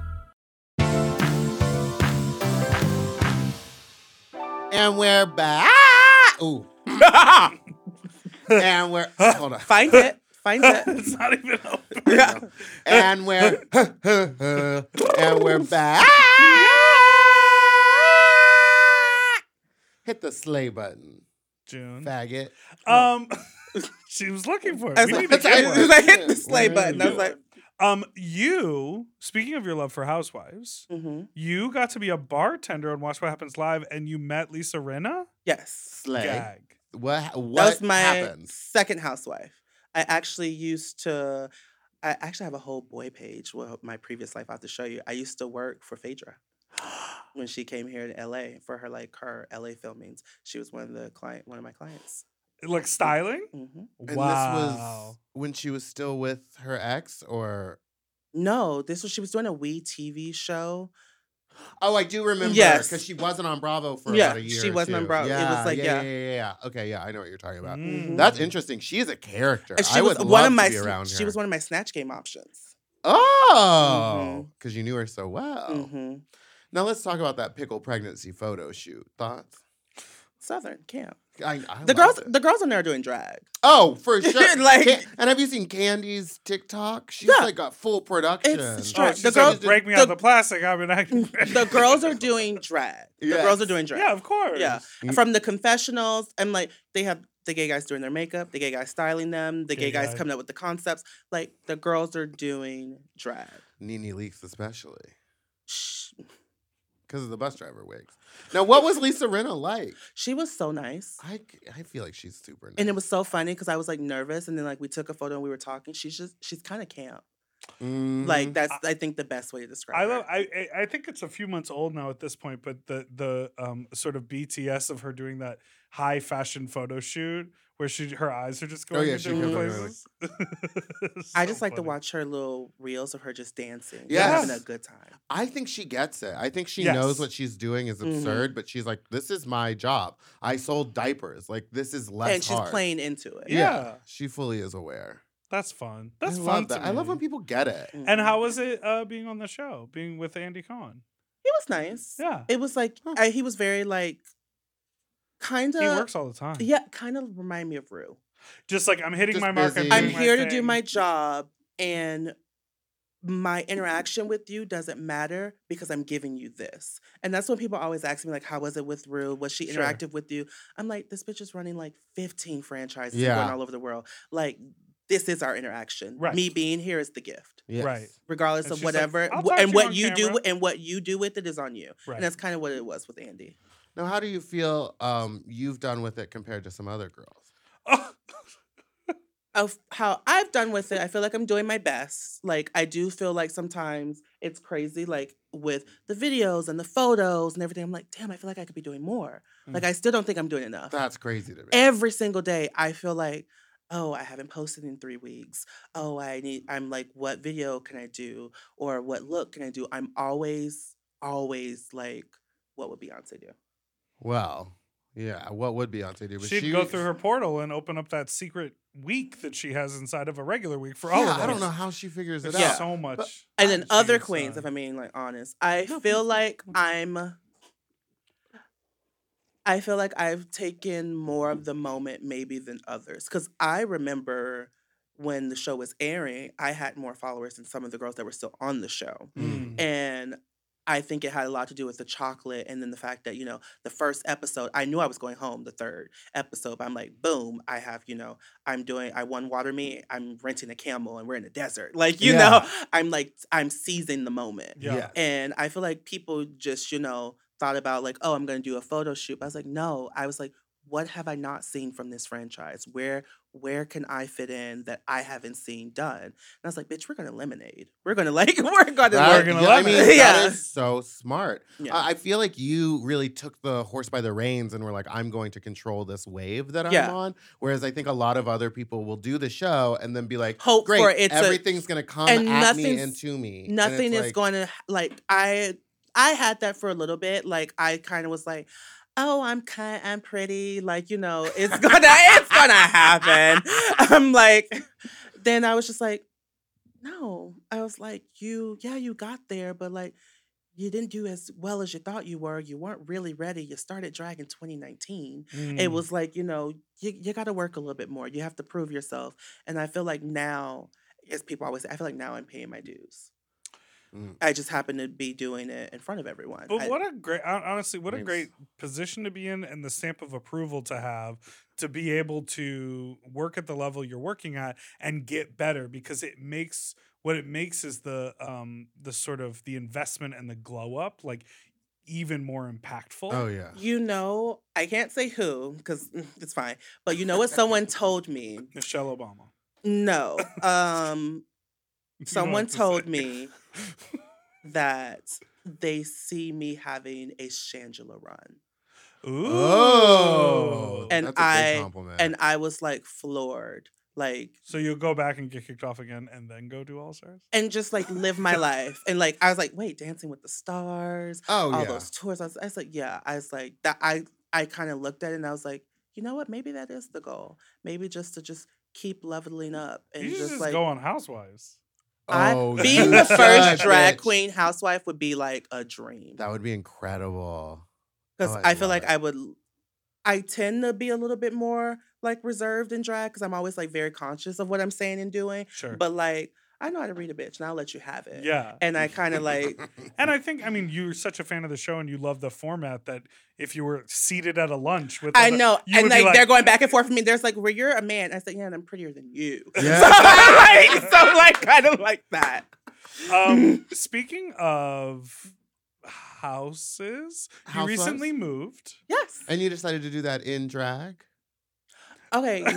S1: And we're back.
S2: <laughs>
S1: Ooh. and we're hold on.
S5: Find it. <laughs>
S2: <laughs>
S5: Find it.
S2: it's not even open.
S1: And we're and we're back. Hit the sleigh button,
S2: June.
S1: faggot.
S2: Um, <laughs> she was looking for it.
S5: I was
S2: We
S5: like, <laughs>
S2: need to get
S5: I
S2: one.
S5: was like, hit the sleigh
S1: Where
S5: button. I was
S1: is
S5: like,
S2: Um, you speaking of your love for Housewives,
S5: mhm.
S2: you got to be a bartender and watch what happens live, and you met Lisa Rinna.
S5: yes.
S1: Sleigh.
S2: Gag.
S1: What what
S5: That was my
S1: happens?
S5: second housewife. I actually used to. I actually have a whole boy page. Well, my previous life, I have to show you. I used to work
S2: <gasps>
S5: for Phaedra when she came here to LA for her like her LA filmings. She was one of the client, one of my clients.
S2: Like styling.
S5: hmm
S1: And this was when she was still with her ex, or
S5: No, this was she was doing a Wii TV show.
S1: oh, I do remember.
S5: Yes.
S1: because she wasn't on Bravo for
S5: Yeah,
S1: about a
S5: she
S1: year.
S5: wasn't on
S1: too.
S5: Bravo. It was like,
S1: yeah, yeah,
S5: yeah. Mm-hmm.
S1: yeah, yeah, yeah. Okay, yeah, I know what you're talking about.
S2: Mm.
S1: That's
S5: Oh,
S1: interesting. She is a character.
S5: And she
S1: I
S5: was
S1: would
S5: one
S1: love
S5: of my
S1: to be
S5: sn-
S1: around her.
S5: she was one of my snatch game options. Mm-hmm.
S1: Oh, because you knew her so well.
S5: hmm
S1: Now let's talk about that pickle pregnancy photo shoot. Thoughts?
S5: Southern camp.
S1: I, I
S5: The
S1: loved
S5: girls,
S1: it.
S5: the girls in there are doing drag.
S1: oh,
S5: <laughs>
S1: for sure.
S5: Like-
S1: Can- and have you seen Candy's TikTok? She's
S5: Yeah.
S1: like got full production.
S5: It's
S2: Oh,
S5: Right,
S2: she
S5: the
S2: said,
S5: girl-
S2: "Just break me
S5: the-
S2: out of the plastic. I mean, I can.
S5: <laughs> The girls are <laughs> doing drag. The girls are
S1: Yes.
S5: doing drag.
S2: <laughs> yeah, of course.
S5: Yeah. From the confessionals, I'm like, they have the gay guys doing their makeup, the gay guys styling them, the gay,
S2: Gay
S5: guys
S2: guy.
S5: coming up with the concepts. Like the girls are doing drag.
S1: Nene Leaks especially
S5: Sh-
S1: because of the bus driver wigs. Now, what was Lisa Rinna like?
S5: She was so nice.
S1: I, I feel like she's super. Nice.
S5: And it was so funny because I was like nervous, and then like we took a photo and we were talking. She's just she's kind of camp. Like
S1: Mhm.
S5: that's Mm-hmm. I think the best way to describe.
S2: I
S5: her.
S2: love. I I- I think it's a few months old now at this point, but the the um sort of BTS of her doing that high fashion photo shoot where she her eyes are just
S1: Oh,
S2: going
S1: yeah,
S2: to
S1: she
S2: different
S5: definitely
S2: places. <laughs>
S5: I
S2: So
S5: just like
S2: funny.
S5: to watch her little reels of her just dancing, yeah, having a
S1: Yes.
S5: good time.
S1: I think she gets it. I think she
S2: Yes.
S1: knows what she's doing is
S5: Mhm.
S1: absurd, but she's like, "This is my job. I sold diapers. Like this is less."
S5: and she's
S1: hard."
S5: playing into it.
S2: Yeah.
S1: she fully is aware.
S2: That's fun.
S1: I
S2: That's fun.
S1: Love that.
S2: to
S1: I love
S2: me.
S1: when people Mm. get it.
S5: Mhm.
S2: And how was it uh, being on the show, being with Andy Cohen?
S5: It was nice.
S2: Yeah,
S5: It was like
S1: Huh.
S5: I, he was very like kind of
S2: he works all the time.
S5: Yeah, kind of remind me of Rue.
S2: just like I'm hitting
S1: Just
S2: my mark.
S1: busy.
S5: I'm
S1: doing my
S5: here to
S2: <laughs>
S5: do my job and my
S2: Mm-hmm.
S5: interaction with you doesn't matter because I'm giving you this. And that's when people always ask me, like, how was it with Rue? Was she
S2: Sure.
S5: interactive with you? I'm like, this bitch is running like 15 franchises and
S1: Yeah.
S5: going all over the world. Like, this is our interaction.
S2: Right.
S5: Me being here is the gift.
S1: Yes.
S2: Right.
S5: Regardless
S2: And
S5: of
S2: she's like,
S5: whatever
S2: "I'll
S5: wh-
S2: talk to
S5: and
S2: you on
S5: what you do
S2: camera."
S5: and what you do with it is on you.
S2: Right.
S5: And that's kind of what it was with Andy.
S1: Now, how do you feel um, you've done with it compared to some other girls?
S2: Oh,
S5: of how I've done with it, I feel like I'm doing my best. Like I do feel like sometimes it's crazy, like with the videos and the photos and everything. I'm like, damn, I feel like I could be doing more. Like I still don't think I'm doing enough.
S1: That's crazy to me.
S5: Every single day, I feel like, oh, I haven't posted in three weeks. Oh, I need. I'm like, what video can I do or what look can I do? I'm always, always like, what would Beyonce do?
S1: well, yeah. What would Beyonce do? But
S2: She'd go through her portal and open up that secret week that she has inside of a regular week for all
S1: yeah,
S2: of us.
S1: I don't know how she figures it
S2: There's
S1: out.
S5: Yeah.
S2: so much.
S5: and then
S2: she
S5: other
S2: inside.
S5: queens, if I'm being like honest, I feel like I'm. I feel like I've taken more of the moment maybe than others because I remember when the show was airing, I had more followers than some of the girls that were still on the show,
S2: Mm.
S5: and I think it had a lot to do with the chocolate and then the fact that you know the first episode, I knew I was going home the third episode, but I'm like, boom, I have you know I'm doing I won Water Me, I'm renting a camel and we're in the desert, like you
S1: Yeah.
S5: know I'm like I'm seizing the moment.
S2: Yeah.
S1: Yeah.
S5: And I feel like people just, you know, thought about like, oh, I'm gonna do a photo shoot. But I was like, no. I was like, what have I not seen from this franchise? Where where can I fit in that I haven't seen done? And I was like, bitch, we're gonna lemonade. We're gonna <laughs> like we're gonna
S1: That-
S2: We're
S5: lemonade.
S2: gonna
S1: yeah, I
S2: love
S1: mean,
S2: it.
S1: that
S5: <laughs> Yeah.
S1: is so smart.
S5: Yeah.
S1: I, I feel like you really took the horse by the reins and were like, I'm going to control this wave that I'm
S5: Yeah.
S1: on. Whereas I think a lot of other people will do the show and then be like,
S5: Hope
S1: great,
S5: for it's a-
S1: everything's going to come
S5: and
S1: at me
S5: nothing's-
S1: and to me. And
S5: nothing
S1: it's
S5: is
S1: like,
S5: going to like i i had that for a little bit like i kind of was like oh i'm kind i'm pretty like you know
S1: <laughs>
S5: it's gonna it's gonna happen <laughs> i'm like then i was just like no i was like you yeah you got there but like you didn't do as well as you thought you were. You weren't really ready. You started drag in 2019. It
S2: Mm.
S5: was like, you know, you, you got to work a little bit more. You have to prove yourself. And I feel like now, as people always say, I feel like now I'm paying my dues.
S1: Mm.
S5: I just happen to be doing it in front of everyone.
S2: But
S5: I-
S2: what a great, hon- honestly, what a
S1: Thanks.
S2: great position to be in and the stamp of approval to have to be able to work at the level you're working at and get better because it makes what it makes is the um the sort of the investment and the glow up like even more impactful.
S1: Oh yeah.
S5: <laughs> you know, I can't say who because it's fine. But you know what? Someone told me.
S2: Michelle Obama. <laughs>
S5: No. Um,
S2: You know
S5: someone
S2: what to
S5: told
S2: say. <laughs>
S5: me that they see me having a Shangela run.
S2: Ooh.
S1: Oh,
S5: And
S1: that's a big
S5: I-
S2: Uh.
S1: compliment.
S5: And I was like floored, like,
S2: so you'll go back and get kicked off again and then go do All Stars?
S5: and just like live
S1: <laughs>
S5: my life. And like, I was like, wait, Dancing with the Stars,
S1: oh
S5: all
S1: yeah.
S5: those tours. I was, I was like, yeah, I was like, that. I, I kind of looked at it and I was like, you know what? Maybe that is the goal. Maybe just to just keep leveling up and
S2: You should
S5: just,
S2: just
S5: like
S2: go on Housewives.
S1: <laughs>
S5: I-
S1: Oh,
S5: being
S1: you
S5: the
S1: suck,
S5: first drag
S1: bitch.
S5: queen housewife would be like a dream.
S1: That would be incredible.
S5: Because
S1: Oh, I
S5: I, feel
S1: love
S5: like
S1: it.
S5: I would, I tend to be a little bit more like reserved in drag because I'm always like very conscious of what I'm saying and doing.
S2: Sure.
S5: But like, I know how to read a bitch and I'll let you have it.
S2: yeah.
S1: <laughs>
S5: And I kind of like,
S2: And I think, I mean, you're such a fan of the show and you love the format that if you were seated at a lunch with,
S5: I
S2: other-
S5: know.
S2: you
S5: And
S2: would be
S5: like, they're going back and forth for me. There's like, well, you're a man. I said, yeah, and I'm prettier than <laughs> you. So,
S1: yeah.
S5: like, so like, kind of like that. <laughs>
S2: Um, speaking of houses, you
S1: Housewives?
S2: recently moved.
S5: Yes.
S1: and you decided to do that in drag,
S5: <laughs> Okay.
S1: or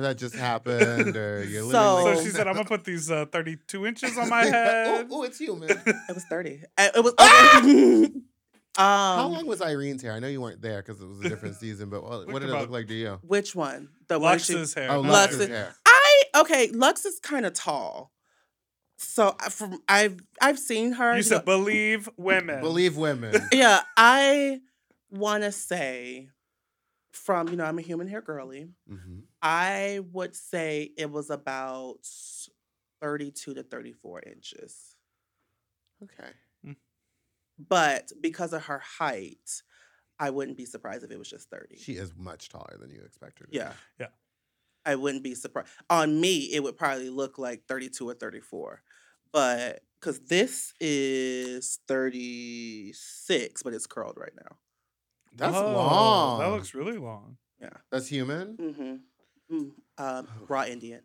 S1: that just happened, or
S5: <laughs>
S1: you're living.
S5: So-
S1: like
S2: So she
S1: this
S2: said, I'm
S1: now?
S2: going to put these uh, 32 inches on
S5: <laughs>
S2: my head.
S1: <laughs> oh, it's human.
S5: it was 30. I- it was. okay.
S1: How
S5: <laughs> um,
S1: long was Irene's hair? I know you weren't there because it was a different season, but what, what
S2: Looked
S1: did it
S2: about-
S1: look like to you?
S5: Which one? The one she-
S2: Lux's hair.
S1: Oh,
S2: not
S5: Lux
S1: Lux's
S2: yours.
S5: is-
S1: hair.
S5: I okay. Lux is kind of tall, so I- from I've I've seen her.
S2: You said, believe women.
S1: Believe
S5: <laughs>
S1: women.
S5: yeah. I want to say, from you know, I'm a human hair girly.
S1: Mhm.
S5: I would say it was about thirty-two to thirty-four inches,
S1: Okay.
S5: but because of her height, I wouldn't be surprised if it was just thirty.
S1: She is much taller than you expected.
S5: yeah.
S2: Yeah.
S5: I wouldn't be surprised. On me, it would probably look like 32 or 34. But because this is 36, but it's curled right now.
S1: That's
S5: Oh,
S2: Whoa,
S1: long.
S2: Oh, That looks really long.
S1: That's human.
S5: Mm-hmm. Mm, um, raw Indian.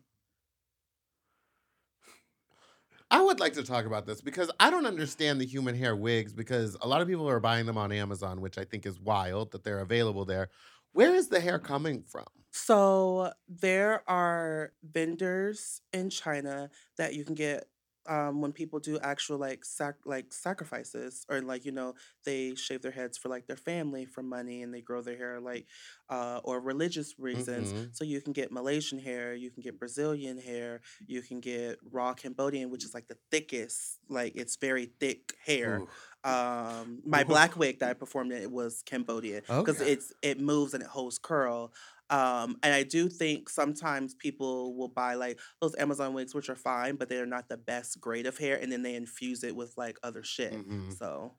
S1: I would like to talk about this because I don't understand the human hair wigs because a lot of people are buying them on Amazon, which I think is wild that they're available there. Where is the hair coming from?
S5: So there are vendors in China that you can get um, when people do actual like sac- like sacrifices or like you know they shave their heads for like their family for money and they grow their hair like uh, or religious reasons.
S1: Mhm.
S5: So you can get Malaysian hair, you can get Brazilian hair, you can get raw Cambodian, which is like the thickest, like it's very thick hair
S1: Ooh.
S5: um
S1: <laughs>
S5: my
S1: Ooh.
S5: black wig that I performed in it was Cambodian because
S1: Okay.
S5: it's it moves and it holds curl. Um, and I do think sometimes people will buy like those Amazon wigs, which are fine, but they're not the best grade of hair, and then they infuse it with like other shit.
S1: Mhm.
S5: So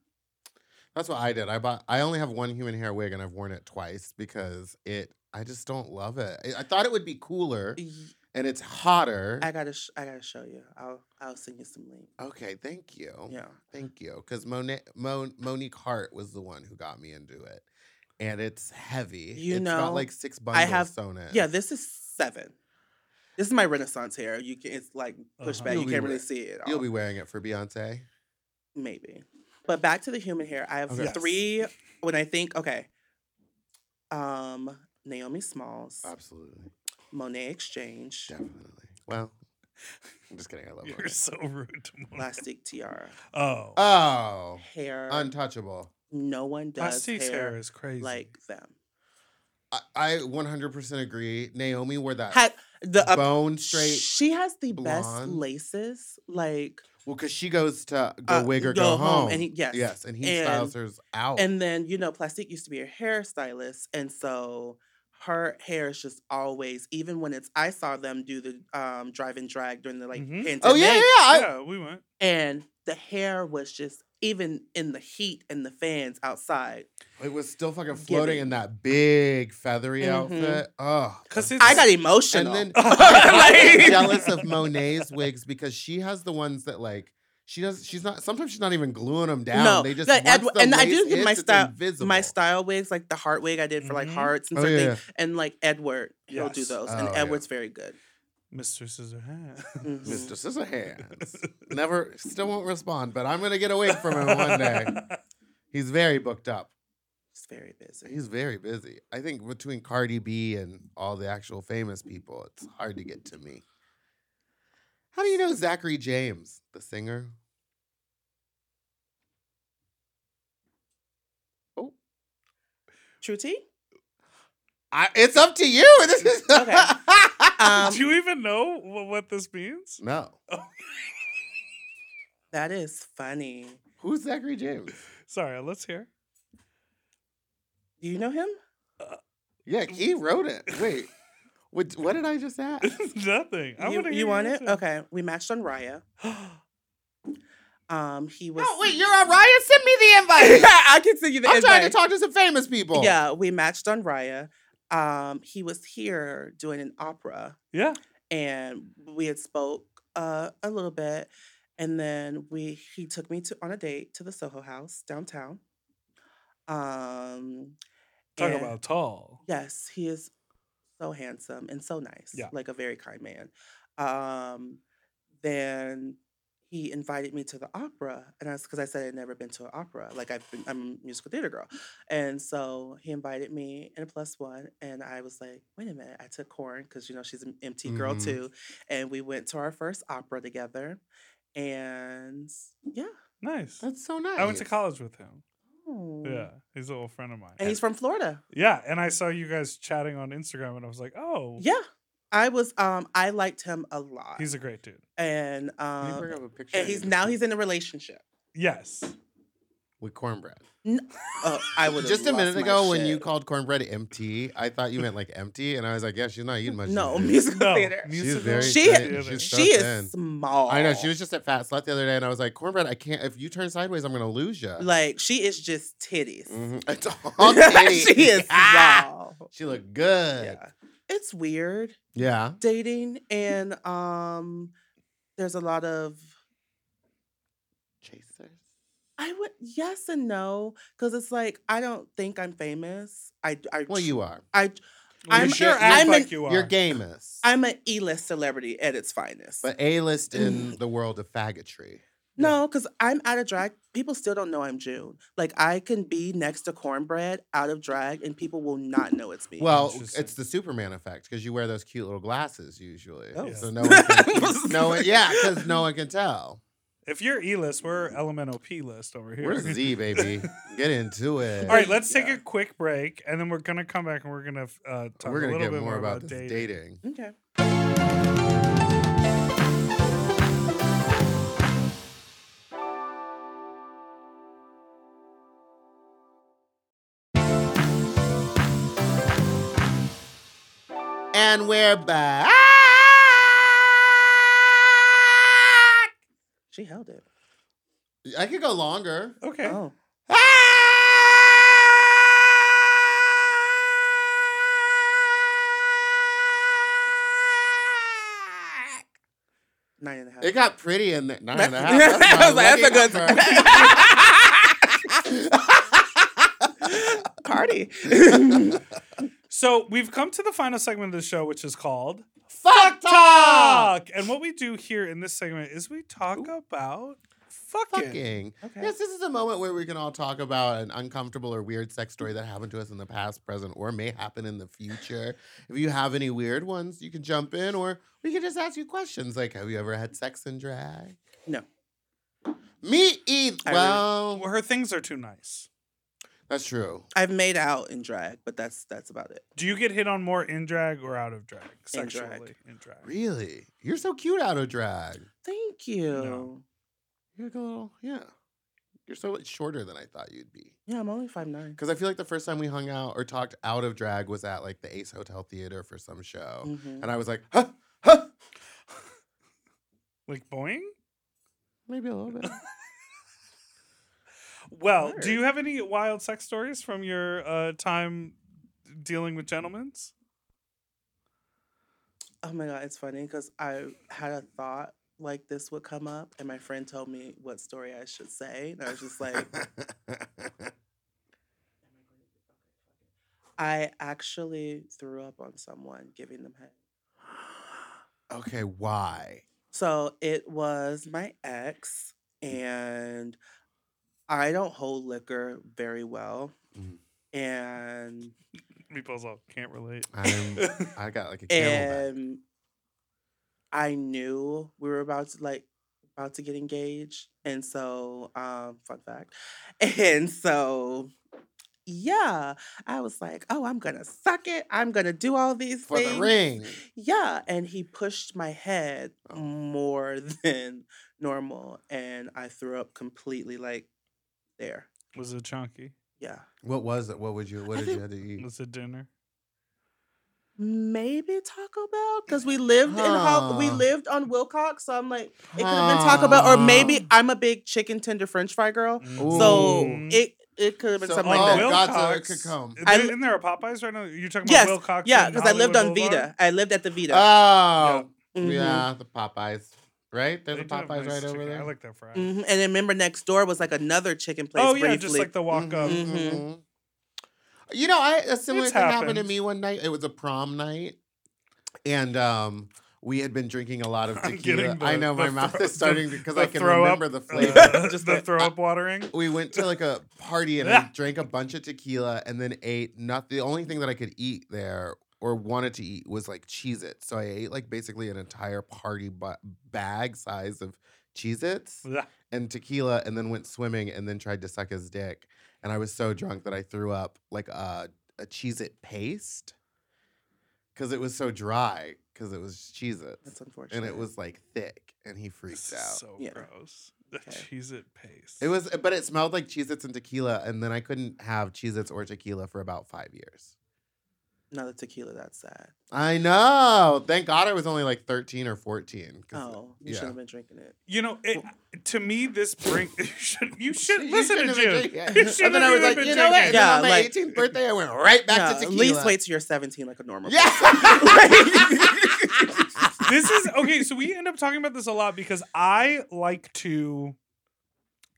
S1: That's what I did. I bought. I only have one human hair wig, and I've worn it twice because it. I just don't love it. I, I thought it would be cooler,
S5: y-
S1: and it's hotter.
S5: I gotta sh- I gotta show you. I'll I'll send you some link.
S1: okay, thank you.
S5: Yeah,
S1: Thank you. Because Mon- Mon- Monique Hart was the one who got me into it. And it's heavy.
S5: You
S1: it's
S5: know,
S1: got like six bundles
S5: have-
S1: sewn in.
S5: yeah. This is seven. This is my Renaissance hair. You can it's like pushed
S2: Uh-huh.
S5: back.
S1: You'll
S5: You
S1: be
S5: can't really
S1: wet.
S5: see it. at
S1: You'll
S5: all.
S1: be wearing it for Beyonce.
S5: maybe. But back to the human hair. I have
S1: Okay. Yes.
S5: three when I think okay. Um Naomi Smalls,
S1: Uh, Absolutely.
S5: Monet Exchange,
S1: Definitely. Well, I'm <laughs> just kidding. I love
S2: You're
S1: it.
S2: <laughs> so rude to me.
S5: Plastic Tiara.
S2: Oh.
S1: Oh,
S5: Hair.
S1: untouchable.
S5: no one does hair,
S2: Plastic's hair is crazy.
S5: like them.
S1: I, I 100% agree. Naomi wore that
S5: Had the uh,
S1: bone straight.
S5: She has the best
S1: blonde.
S5: laces. Like
S1: Well, because she goes to go
S5: Uh,
S1: wig or go, home.
S5: and he- yes.
S1: Yes, and he
S5: And-
S1: styles hers out.
S5: and then, you know, Plastic used to be a hairstylist. And so her hair is just always, even when it's I saw them do the um drive and drag during the like
S2: Mhm.
S1: Mm-hmm.
S5: pandemic.
S1: oh yeah, yeah, yeah. I-
S2: yeah, we went.
S5: and the hair was just even in the heat and the fans outside.
S1: It was still fucking floating in that big feathery
S5: Mhm.
S1: outfit. Oh,
S2: Because
S5: I <laughs> got emotional.
S1: and then <laughs> I'm
S5: Like-
S1: jealous of Monet's wigs because she has the ones that like she does. She's not. Sometimes she's not even gluing them down.
S5: No,
S1: they just
S5: like,
S1: once
S5: Edward-
S1: the
S5: and I
S1: lace
S5: do get my
S1: hits, it's
S5: style-
S1: invisible.
S5: my style wigs, like the heart wig I did for like
S2: Mhm.
S5: hearts and
S1: Oh,
S5: stuff,
S1: yeah,
S5: certain
S1: yeah.
S5: things. And like Edward, he'll do
S2: Yes.
S5: those.
S1: Oh,
S5: and
S1: yeah.
S5: Edward's very good.
S2: Mr. Scissorhands.
S5: Mhm.
S1: Mr. Scissorhands never still won't respond, but I'm gonna get a wig <laughs> from him one
S5: <laughs>
S1: day.
S2: <laughs>
S1: He's very booked up.
S5: He's very busy.
S1: He's very busy. I think between Cardi B and all the actual famous people, it's hard to get to me. How do you know Zachary James, the singer? <laughs>
S5: True T?
S1: I, it's up to you. <laughs> This is
S5: Okay.
S2: <laughs>
S5: Um,
S2: Do you even know wh- what this means?
S1: no.
S5: that is funny.
S1: Who's Zachary James?
S2: Sorry, let's hear. <laughs>
S5: Do you know him?
S1: Yeah,
S5: <laughs>
S1: he wrote it. Wait, what, what did I just ask?
S2: Nothing. I
S5: you
S2: wanna
S5: you
S2: hear
S5: want
S2: your
S5: it?
S2: answer.
S5: Okay. We matched on Raya. <gasps> Um, he was.
S1: No, Oh,
S5: <laughs>
S1: wait, you're on Ryan. Send me the invite.
S5: I can send you <laughs> the
S1: I'm trying to
S5: invite.
S1: talk to some famous people.
S5: Yeah, we matched on Raya. Um, he was here doing an opera,
S2: Yeah.
S5: and we had spoke uh, a little bit, and then we he took me to on a date to the Soho House downtown. Um,
S2: Talk
S5: and-
S2: about tall.
S5: Yes, he is so handsome and so nice.
S2: Yeah.
S5: Like a very kind man. Um, then he invited me to the opera, and that's because I said I'd never been to an opera. Like I've been, I'm a musical theater girl, and so he invited me in a plus one, and I was like, wait a minute. I took Corin because you know she's an MT girl
S1: Mhm.
S2: Mm-hmm.
S5: too, and we went to our first opera together, and yeah,
S2: Nice.
S1: That's so nice.
S2: I went to college with him. Yeah.
S5: Mm.
S2: He's an old friend of mine.
S5: and he's from Florida.
S2: yeah. And I saw you guys chatting on Instagram and I was like, oh,
S5: Yeah, I was, um, I liked him a lot.
S2: he's a great dude.
S5: and
S1: Can you
S5: um,
S1: bring up a picture of
S5: and he's
S1: you
S5: now he's in a relationship. <laughs>
S2: Yes.
S1: with cornbread.
S5: Oh, I would
S1: <laughs> Just a minute ago when you called cornbread empty, I thought you meant like empty, and I was like, yeah, she's not eating much.
S5: no <laughs>
S1: today.
S5: musical
S2: No.
S5: theater.
S1: She's
S2: musical
S1: very
S5: She-
S1: thin. She's so
S5: She
S1: thin.
S5: is small.
S1: I know she was just at Fat Slut the other day, and I was like, cornbread, I can't. If you turn sideways, I'm gonna lose you.
S5: like she is just titties. <laughs>
S1: <laughs> It's all titty.
S5: she
S1: <laughs>
S5: is
S1: Mm. Ah!
S5: small.
S1: She looked good.
S5: Yeah, it's weird
S1: yeah.
S5: dating, and um, there's a lot of
S1: Chasers.
S5: I would yes and no because it's like I don't think I'm famous. I I
S1: Well, you are.
S5: I
S2: you
S5: I'm-
S2: sure
S1: you're-
S2: act
S5: I'm
S2: like
S5: an-
S2: you are.
S1: You're gamist,
S5: I'm an E-list celebrity at its finest.
S1: but A-list in the world of faggotry.
S5: No, because I'm out of drag. People still don't know I'm June. Like I can be next to cornbread out of drag, and people will not know it's me.
S1: Well,
S2: Interesting.
S1: it's the Superman effect because you wear those cute little glasses usually,
S2: Oh.
S1: so
S2: Yeah.
S1: no one,
S2: <laughs>
S1: can, no one, yeah, because no one can tell.
S2: If you're E list, we're elemental P list over here. <laughs>
S1: We're Z, baby. Get into it.
S2: All right, let's take a quick break, and then we're gonna come back and we're gonna uh, talk
S1: We're
S2: a
S1: gonna
S2: little
S1: get
S2: bit
S1: more, about, this
S2: dating.
S1: dating.
S5: okay.
S1: and we're back.
S5: She held it.
S1: I could go longer.
S2: Okay.
S5: Oh,
S1: Ah!
S5: nine and a half.
S1: It got pretty in there. Nine and <laughs> a half.
S5: That's- I was like,
S1: my
S5: that's a
S1: lucky <laughs>
S5: good-
S1: number.
S5: Cardi.
S2: So we've come to the final segment of the show, which is called
S1: Fuck talk.
S2: Fuck. And what we do here in this segment is we talk about fucking.
S1: Fucking.
S5: Okay.
S1: Yes, this is a moment where we can all talk about an uncomfortable or weird sex story that happened to us in the past, present, or may happen in the future. If you have any weird ones, you can jump in, or we can just ask you questions like, "Have you ever had sex in drag?"
S5: No.
S1: Me either.
S5: I really-
S1: Well,
S2: Well, her things are too nice.
S1: that's true.
S5: I've made out in drag, but that's that's about it.
S2: Do you get hit on more in drag or out of drag?
S5: In drag.
S2: Sexually in drag.
S1: Really, you're so cute out of drag.
S5: Thank you.
S1: You're like a little, yeah. You're so much shorter than I thought you'd be.
S5: Yeah, I'm only five nine.
S1: Because I feel like the first time we hung out or talked out of drag was at like the Ace Hotel Theater for some show.
S2: Mm-hmm.
S1: And I was like, <laughs> huh, huh.
S2: Like boing?
S1: Maybe a little bit.
S2: <laughs> Well, do
S5: Word.
S2: you have any wild sex stories from your uh, time dealing with gentlemen's?
S5: Oh my god, it's funny because I had a thought like this would come up, and my friend told me what story I should say, and I was
S1: <laughs>
S5: just like, I actually threw up on someone giving them head.
S1: okay, why?
S5: So it was my ex,
S1: Mm.
S5: and I don't hold liquor very well,
S1: Mm. <laughs>
S5: and
S2: Meatballs all can't relate. <laughs>
S1: I'm, I got like a camel.
S5: and I knew we were about to like about to get engaged, and so um, fun fact, <laughs> and so yeah, I was like, oh, I'm gonna suck it, I'm gonna do all these
S1: for
S5: things
S1: the ring.
S5: Yeah, and he pushed my head
S1: Oh.
S5: more <laughs> than normal, and I threw up completely like there.
S2: Was it chunky?
S5: Yeah,
S1: What was it? What would you? What
S5: I
S1: did you
S5: think-
S1: have to eat?
S2: Was it dinner?
S5: maybe Taco Bell because we lived in Ho- we
S1: Huh.
S5: lived on Wilcox, so I'm like. It could have been Taco Bell, or maybe I'm a big chicken tender French fry girl. So
S2: Ooh.
S5: it it could have been
S1: So-
S5: something
S1: oh,
S5: like that.
S1: Will- God, so it could come.
S5: I-
S2: Isn't there a Popeyes right now? You're talking
S5: yes,
S2: about Wilcox?
S5: yeah,
S2: and
S5: because I lived on
S2: Hollywood
S5: Vita.
S2: Boulevard? Ah.
S5: I lived at the Vita.
S1: Oh,
S5: Mhm.
S1: yeah, the Popeyes, right? There's
S2: Mm-hmm. They
S1: a
S2: do have
S1: Popeyes
S2: nice
S1: right over
S2: chicken.
S1: there.
S2: I like their fries.
S5: Mhm. And then remember, next door was like another chicken place.
S2: oh yeah,
S5: briefly.
S2: just like the walk up.
S5: Mhm.
S1: Mhm. You know, I a similar
S2: Mm-hmm. It's
S1: thing happened to
S2: happened.
S1: me one night. It was a prom night, and um, we had been drinking a lot of
S2: <laughs> I'm
S1: tequila.
S2: getting
S1: I
S2: the-
S1: know
S2: the <laughs>
S1: my mouth
S2: throw-
S1: is starting
S2: the-
S1: because
S2: the
S1: I can
S2: throw up,
S1: remember
S2: <laughs>
S1: the flavor.
S5: <laughs>
S2: uh, just the throw up watering.
S1: we went to like a party and
S2: <laughs>
S1: I drank a bunch of tequila and then ate not the only thing that I could eat there or wanted to eat was like Cheez Its. So I ate like basically an entire party ba- bag size of Cheez Its
S2: Blah.
S1: and tequila and then went swimming and then tried to suck his dick. And I was so drunk that I threw up like a, a Cheez It paste because it was so dry because it was Cheez
S5: That's
S1: Its
S5: unfortunate.
S1: and it was like thick and he freaked
S2: This
S1: out.
S2: is so
S5: Yeah.
S2: gross. The
S5: Okay.
S2: cheese it paste.
S1: It was, but it smelled like Cheez Its and tequila, and then I couldn't have Cheez Its or tequila for about five years.
S5: not the tequila. That's sad.
S1: I know. Thank God I was only like 13 or 14. 'cause- uh,
S5: Oh, you
S1: yeah.
S5: shouldn't have been drinking it.
S2: You know, it, to me, this brings. <laughs> You should, you should
S1: You
S2: listen to
S1: shouldn't have
S2: June. <laughs>
S1: been drinking.
S2: You should
S1: And then I was like, you know what? And then
S5: Yeah,
S1: on my
S5: like-
S1: 18th birthday, I went right back
S5: Yeah,
S1: to
S5: at
S1: tequila.
S5: least wait till you're 17 like a normal
S1: Yeah.
S2: This is okay. So we end up talking about this a lot because I like to,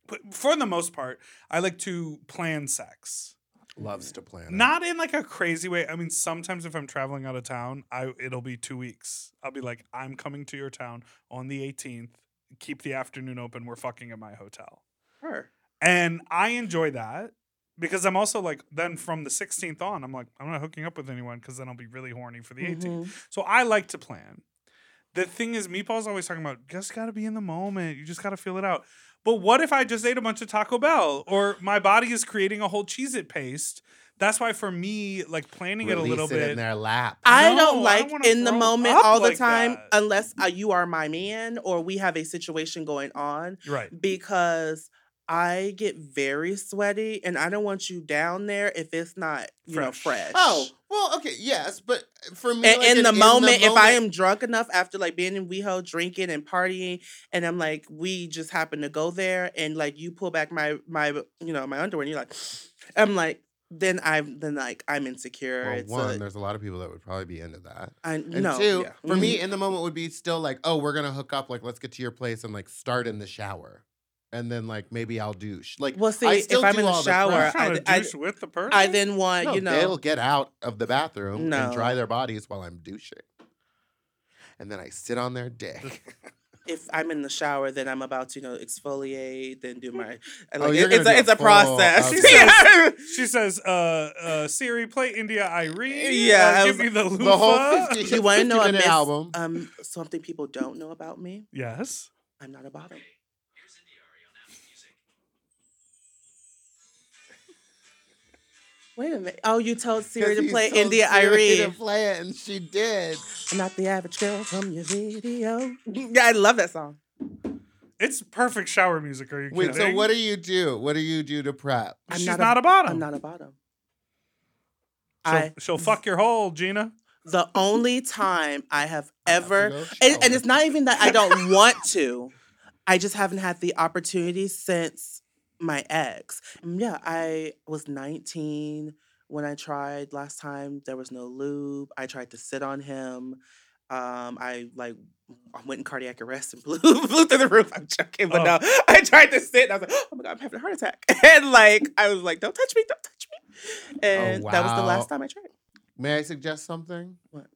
S2: but for the most part, I like to plan sex.
S1: Loves to plan. it.
S2: Not in like a crazy way. I mean, sometimes if I'm traveling out of town, I it'll be two weeks. I'll be like, I'm coming to your town on the 18th. Keep the afternoon open. We're fucking at my hotel.
S5: Her.
S2: And I enjoy that because I'm also like, then from the 16th on, I'm like, I'm not hooking up with anyone because then I'll be really horny for the 18th.
S5: Mm-hmm.
S2: So I like to plan. The thing is, Meatball's always talking about just got to be in the moment. You just got to feel it out. But what if I just ate a bunch of Taco Bell or my body is creating a whole Cheez It paste? That's why for me, like planning it a
S1: Release
S2: little
S1: it
S2: bit.
S1: in their lap.
S5: I
S2: No, I
S5: don't
S2: don't
S5: like
S2: wanna
S5: in the
S2: grow
S5: moment
S2: up
S5: all the
S2: like
S5: time
S2: that.
S5: unless uh, you are my man or we have a situation going on
S2: Right.
S5: because I get very sweaty and I don't want you down there if it's not, you know,
S2: Fresh.
S5: fresh.
S1: Oh, well, okay, yes, but for me,
S5: And
S1: like,
S5: in,
S1: an
S5: the moment, if I am drunk enough after like being in WeHo drinking and partying, and I'm like, we just happen to go there, and like you pull back my my you know my underwear, and you're like, <sniffs> I'm like, then I'm then like I'm insecure.
S1: Well,
S5: it's
S1: one,
S5: a,
S1: there's a lot of people that would probably be into that.
S5: I
S1: And
S5: no
S1: two,
S5: yeah.
S1: for me,
S5: Mhm.
S1: in the moment would be still like, oh, we're gonna hook up. Like, let's get to your place and like start in the shower, and then like maybe I'll douche. Like,
S5: Well, see,
S1: I
S5: if
S1: still
S5: I'm
S1: do
S5: in the
S1: all
S5: shower,
S1: crap.
S2: I'm
S5: I-
S2: trying to
S5: I-
S2: douche with the person.
S5: Mm-hmm. I then want
S1: No,
S5: you know
S1: they'll get out of the bathroom
S5: No.
S1: and dry their bodies while I'm douching, and then I sit on their dick.
S5: <laughs> if I'm in the shower, then I'm about to you know exfoliate, then do
S1: <laughs>
S5: my and,
S1: Oh,
S5: like,
S1: you're
S5: it- it's
S1: gonna
S5: a,
S1: do
S5: it's
S1: a
S5: a
S1: full- uh,
S5: process.
S1: okay.
S5: <laughs> Yeah.
S2: she says, uh, uh, Siri, play India Irene.
S5: Yeah,
S2: Yeah.
S5: I
S2: give
S5: was-
S2: me the
S1: the whole <laughs>
S2: loofah.
S1: 50,
S5: you want to know a
S1: minute
S5: miss,
S1: album.
S5: Um, something people don't know about me.
S2: yes.
S5: I'm not a bottom. Wait a minute. Oh, you told
S1: 'Cause
S5: Siri to
S1: he
S5: play
S1: told
S5: India
S1: Siri
S5: Irene.
S1: to play it, and she did.
S5: I'm not the average girl from your video. Yeah, I love that song.
S2: It's perfect shower music. Are you
S1: Wait, so
S2: kidding?
S1: what do you do? What do you do to prep?
S5: I'm
S2: She's
S5: not
S2: not
S5: a-
S2: a, bottom.
S5: I'm not a bottom.
S2: She'll,
S5: I
S2: she'll fuck your hole, Gina.
S5: the only time I have ever
S1: go
S5: and, and
S1: shower.
S5: it's not even that I don't want to. I just haven't had the opportunity since my ex. Mm, Yeah, I was 19 when I tried last time. There was no lube. I tried to sit on him. Um, I like I went in cardiac arrest and <laughs> blew, blew through the roof. I'm joking, but
S2: Oh.
S5: no, I tried to sit. And I was like, oh my god, I'm having a heart attack. <laughs> And like, I was like, don't touch me, don't touch me. And that was the
S1: wow.
S5: last time I tried.
S1: May I suggest something?
S5: What?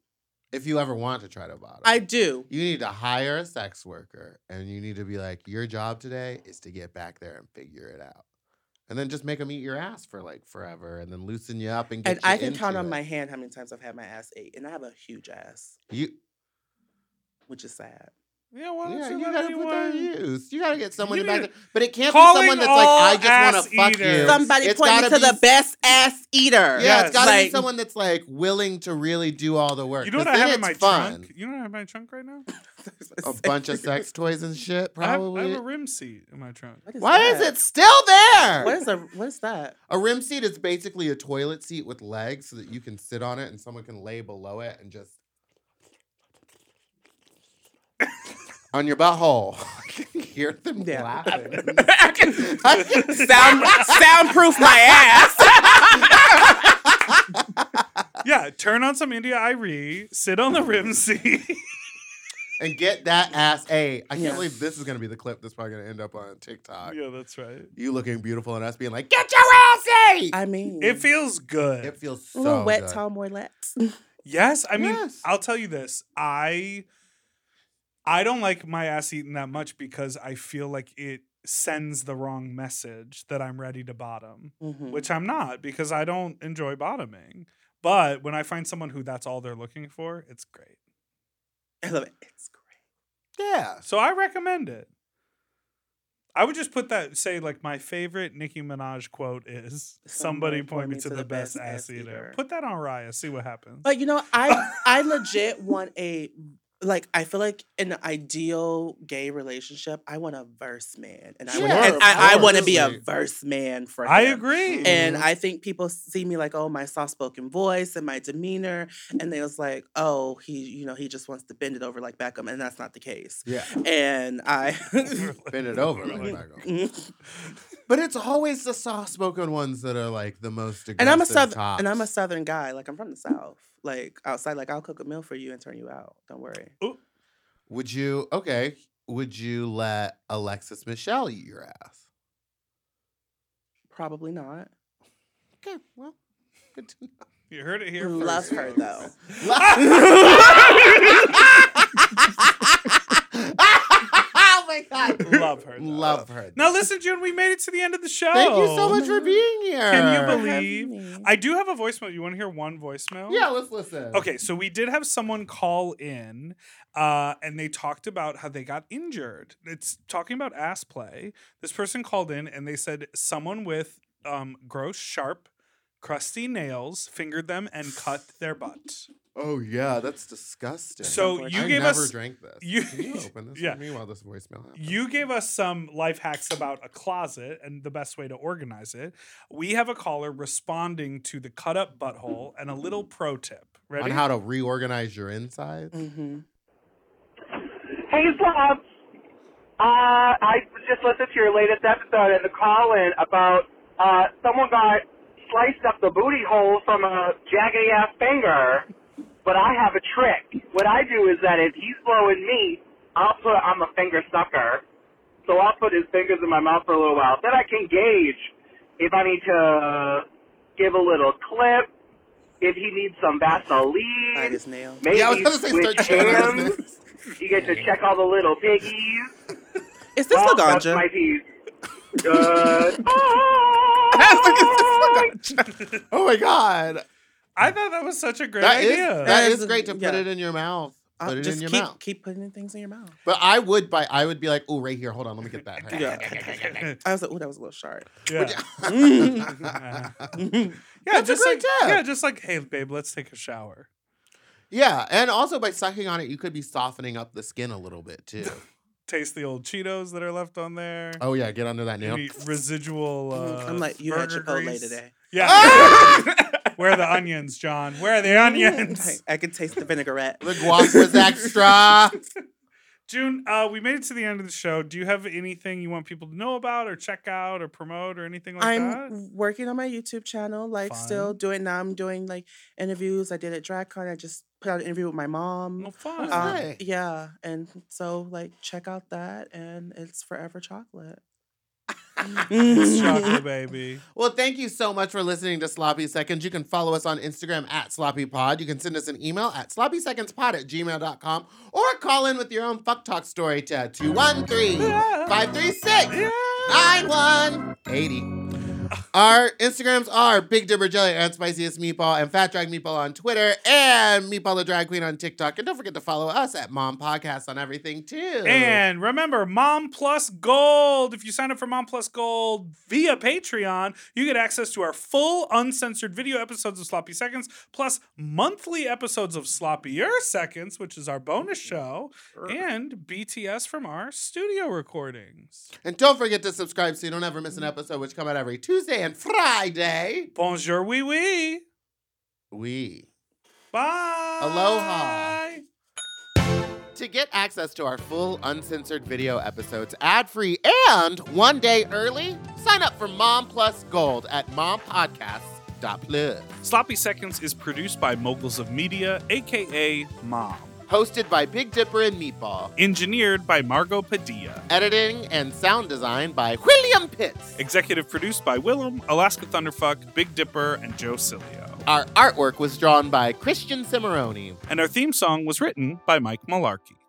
S1: If you ever want to try to bottom,
S5: I do.
S1: you need to hire a sex worker and you need to be like, your job today is to get back there and figure it out. And then just make them eat your ass for like forever and then loosen you up and get
S5: And
S1: you
S5: I can count
S1: into
S5: on
S1: it.
S5: my hand how many times I've had my ass ate, and I have a huge ass,
S1: You,
S5: which is sad.
S2: Yeah, why don't
S1: yeah,
S2: you,
S1: you,
S2: let
S1: gotta put that
S2: anyone-
S1: in use. You gotta get someone
S2: You
S1: to back
S2: need-
S1: there. But it can't be
S2: Calling
S1: someone that's
S2: all
S1: like, I just
S2: ass
S1: want to fuck you.
S2: eaters.
S5: Somebody
S1: It's
S5: point me
S1: gotta
S5: to the
S1: be-
S5: best ass eater.
S1: Yeah,
S2: Yes.
S1: it's gotta be
S5: Like-
S1: someone that's like willing to really do all the work.
S2: You know what
S1: 'cause
S2: I
S1: then
S2: have in
S1: it's
S2: my
S1: fun.
S2: trunk? You know what I have in my trunk right now?
S1: A bunch of sex toys and shit,
S2: <laughs> I have, I
S1: probably.
S2: have a rim seat in my trunk.
S5: What
S1: Why is
S5: that?
S1: it still there?
S5: What is a what is that?
S1: A rim seat is basically a toilet seat with legs so that you can sit on it and someone can lay below it and
S2: <laughs>
S1: just on your butthole. <laughs> I can hear them
S2: <laughs>
S5: Yeah.
S1: laughing.
S5: <laughs> I can sound soundproof my ass.
S2: Yeah, turn on some India Irie, sit on the rim <laughs> seat.
S1: and get that ass a. I can't
S5: Yeah.
S1: believe this is gonna be the clip that's probably gonna end up on TikTok.
S2: yeah, that's right.
S1: You looking beautiful and us being like, get your ass a.
S5: <laughs> I mean,
S2: It feels good.
S1: <laughs> It feels so
S5: little wet
S1: good.
S5: Tom Morlex.
S2: Yes, I mean,
S1: Yes.
S2: I'll tell you this. I I don't like my ass eaten that much because I feel like it sends the wrong message that I'm ready to bottom,
S1: Mm-hmm.
S5: Mhm.
S2: which I'm not because I don't enjoy bottoming. But when I find someone who that's all they're looking for, it's great.
S5: I love it. It's great.
S1: Yeah.
S2: So I recommend it. I would just put that say like my favorite Nicki Minaj quote is somebody, point me to, the, best, ass eater.
S5: eater.
S2: Put that on Raya, see what happens.
S5: But you know, I I legit want a like I feel like in an ideal gay relationship, I want a verse man, and I want
S1: Sure,
S5: and
S1: of
S5: I, I want to be a
S1: course.
S5: verse man for.
S2: I
S5: him.
S2: agree.
S5: And
S1: Mm-hmm.
S5: I think people see me like, oh, my soft spoken voice and my demeanor. And they was like, oh, he, you know, he just wants to bend it over like Beckham. And that's not the case.
S1: <laughs> Yeah.
S5: And
S1: <laughs>
S5: I. <laughs>
S1: Bend it over. like
S2: Really?
S1: Michael. <laughs>
S5: and
S1: But it's always the soft spoken ones that are like the most aggressive.
S5: I'm a southern
S1: tops.
S5: and I'm a southern guy. Like I'm from the south. Like outside, like I'll cook a meal for you and turn you out. Don't worry.
S1: Would you okay? Would you let Alexis Michelle eat your ass?
S5: Probably not.
S1: Okay, well, good to know. <laughs>
S2: you heard it here first.
S5: Love her though.
S1: oh my god,
S2: <laughs> Love her. though.
S1: love her.
S2: Now listen, June, we made it to the end of the show.
S1: Thank you so much for being here.
S2: Can you
S5: For having
S2: believe?
S5: me.
S2: I do have a voicemail. You want to hear one voicemail?
S1: Yeah, let's listen.
S2: Okay, so we did have someone call in, uh, and they talked about how they got injured. It's talking about ass play. This person called in and they said someone with um, gross, sharp, crusty nails fingered them and cut their butt.
S1: Oh yeah, that's disgusting.
S2: So you
S1: I
S2: gave
S1: never
S2: us-
S1: drank this.
S2: you-
S1: Can you open this
S2: yeah.
S1: for me while this voicemail happens?
S2: You gave us some life hacks about a closet and the best way to organize it. We have a caller responding to the cut up butthole and a little pro tip. Ready?
S1: on how to reorganize your insides.
S5: Mm-hmm.
S7: Hey, Bob. Uh, I just listened to your latest episode and the call in about uh, someone got sliced up the booty hole from a jaggedy ass finger. But I have a trick. What I do is that if he's blowing me, I'll put I'm a finger sucker, so I'll put his fingers in my mouth for a little while. Then I can gauge if I need to give a little clip, if he needs some
S5: I
S7: Vaseline,
S5: just nailed.
S7: maybe
S1: Yeah, I was gonna say
S7: switch
S1: start chewing on
S7: hands.
S1: this.
S7: You get to check all the little piggies.
S5: Is this
S7: oh, that's
S5: Laganja?
S7: my piece. Good.
S1: Oh my god,
S2: I thought that was such a great
S1: that is
S2: idea.
S1: that
S5: That
S1: is
S5: is-
S1: great to put
S5: yeah.
S1: it in your mouth.
S5: Uh,
S1: Put it
S5: just
S1: in your
S5: keep,
S1: mouth.
S5: keep putting things in
S1: <laughs>
S5: your mouth.
S1: But I would buy. I would be like, oh, right here. Hold on, let me get that. Hang on."
S2: <laughs>
S5: Yeah. <laughs> I was like, oh, that was a little sharp.
S2: yeah. <laughs>
S5: <laughs>
S2: yeah,
S1: That's a
S2: just like
S1: great tip.
S2: yeah, just like hey babe, let's take a shower.
S1: <laughs> Yeah, and also by sucking on it, you could be softening up the skin a little bit
S2: <laughs>
S1: too.
S2: Taste the old Cheetos that are left on there.
S1: oh yeah, get under that nail.
S2: Maybe residual. Uh,
S5: I'm like, you had
S2: burger
S5: Chipotle
S2: grease.
S1: <laughs>
S5: today. <laughs>
S2: Yeah. Where are the onions, John? Where are the
S5: Like,
S2: onions?
S5: I can taste the vinaigrette.
S2: <laughs>
S1: The guac was extra.
S2: June, uh, we made it to the end of the show. Do you have anything you want people to know about or check out or promote or anything like
S5: I'm
S2: that?
S5: working on my YouTube channel, like still doing now. I'm doing like interviews. I did at DragCon. I just put out an interview with my mom.
S2: Oh, fun.
S5: Um,
S2: Hey.
S5: yeah, and so like check out that, and it's forever chocolate.
S2: It's chocolate, baby.
S1: Well, thank you so much for listening to Sloppy Seconds. You can follow us on Instagram at SloppyPod. You can send us an email at sloppysecondspod at gmail.com or call in with your own fuck talk story to 213 536 9180. Our Instagrams are Big Dipper Jelly and Spiciest Meatball and Fat Drag Meatball on Twitter and Meatball the Drag Queen on TikTok. And don't forget to follow us at Mom Podcast on everything too.
S2: And remember, Mom Plus Gold. If you sign up for Mom Plus Gold via Patreon, you get access to our full uncensored video episodes of Sloppy Seconds, plus monthly episodes of Sloppier Seconds, which is our bonus show, and BTS from our studio recordings.
S1: And don't forget to subscribe so you don't ever miss an episode, which come out every Tuesday and Friday.
S2: Bonjour, wee wee.
S1: We.
S2: Bye.
S1: Aloha. To get access to our full uncensored video episodes ad-free and one day early, sign up for Mom Plus Gold at mompodcasts.plus.
S2: Sloppy Seconds is produced by Moguls of Media, aka Mom.
S1: Hosted by Big Dipper and Meatball.
S2: Engineered by Margot Padilla.
S1: Editing and sound design by William Pitts.
S2: Executive produced by Willem, Alaska Thunderfuck, Big Dipper, and Joe Cilio.
S1: Our artwork was drawn by Christian Cimarroni.
S2: And our theme song was written by Mike Malarkey.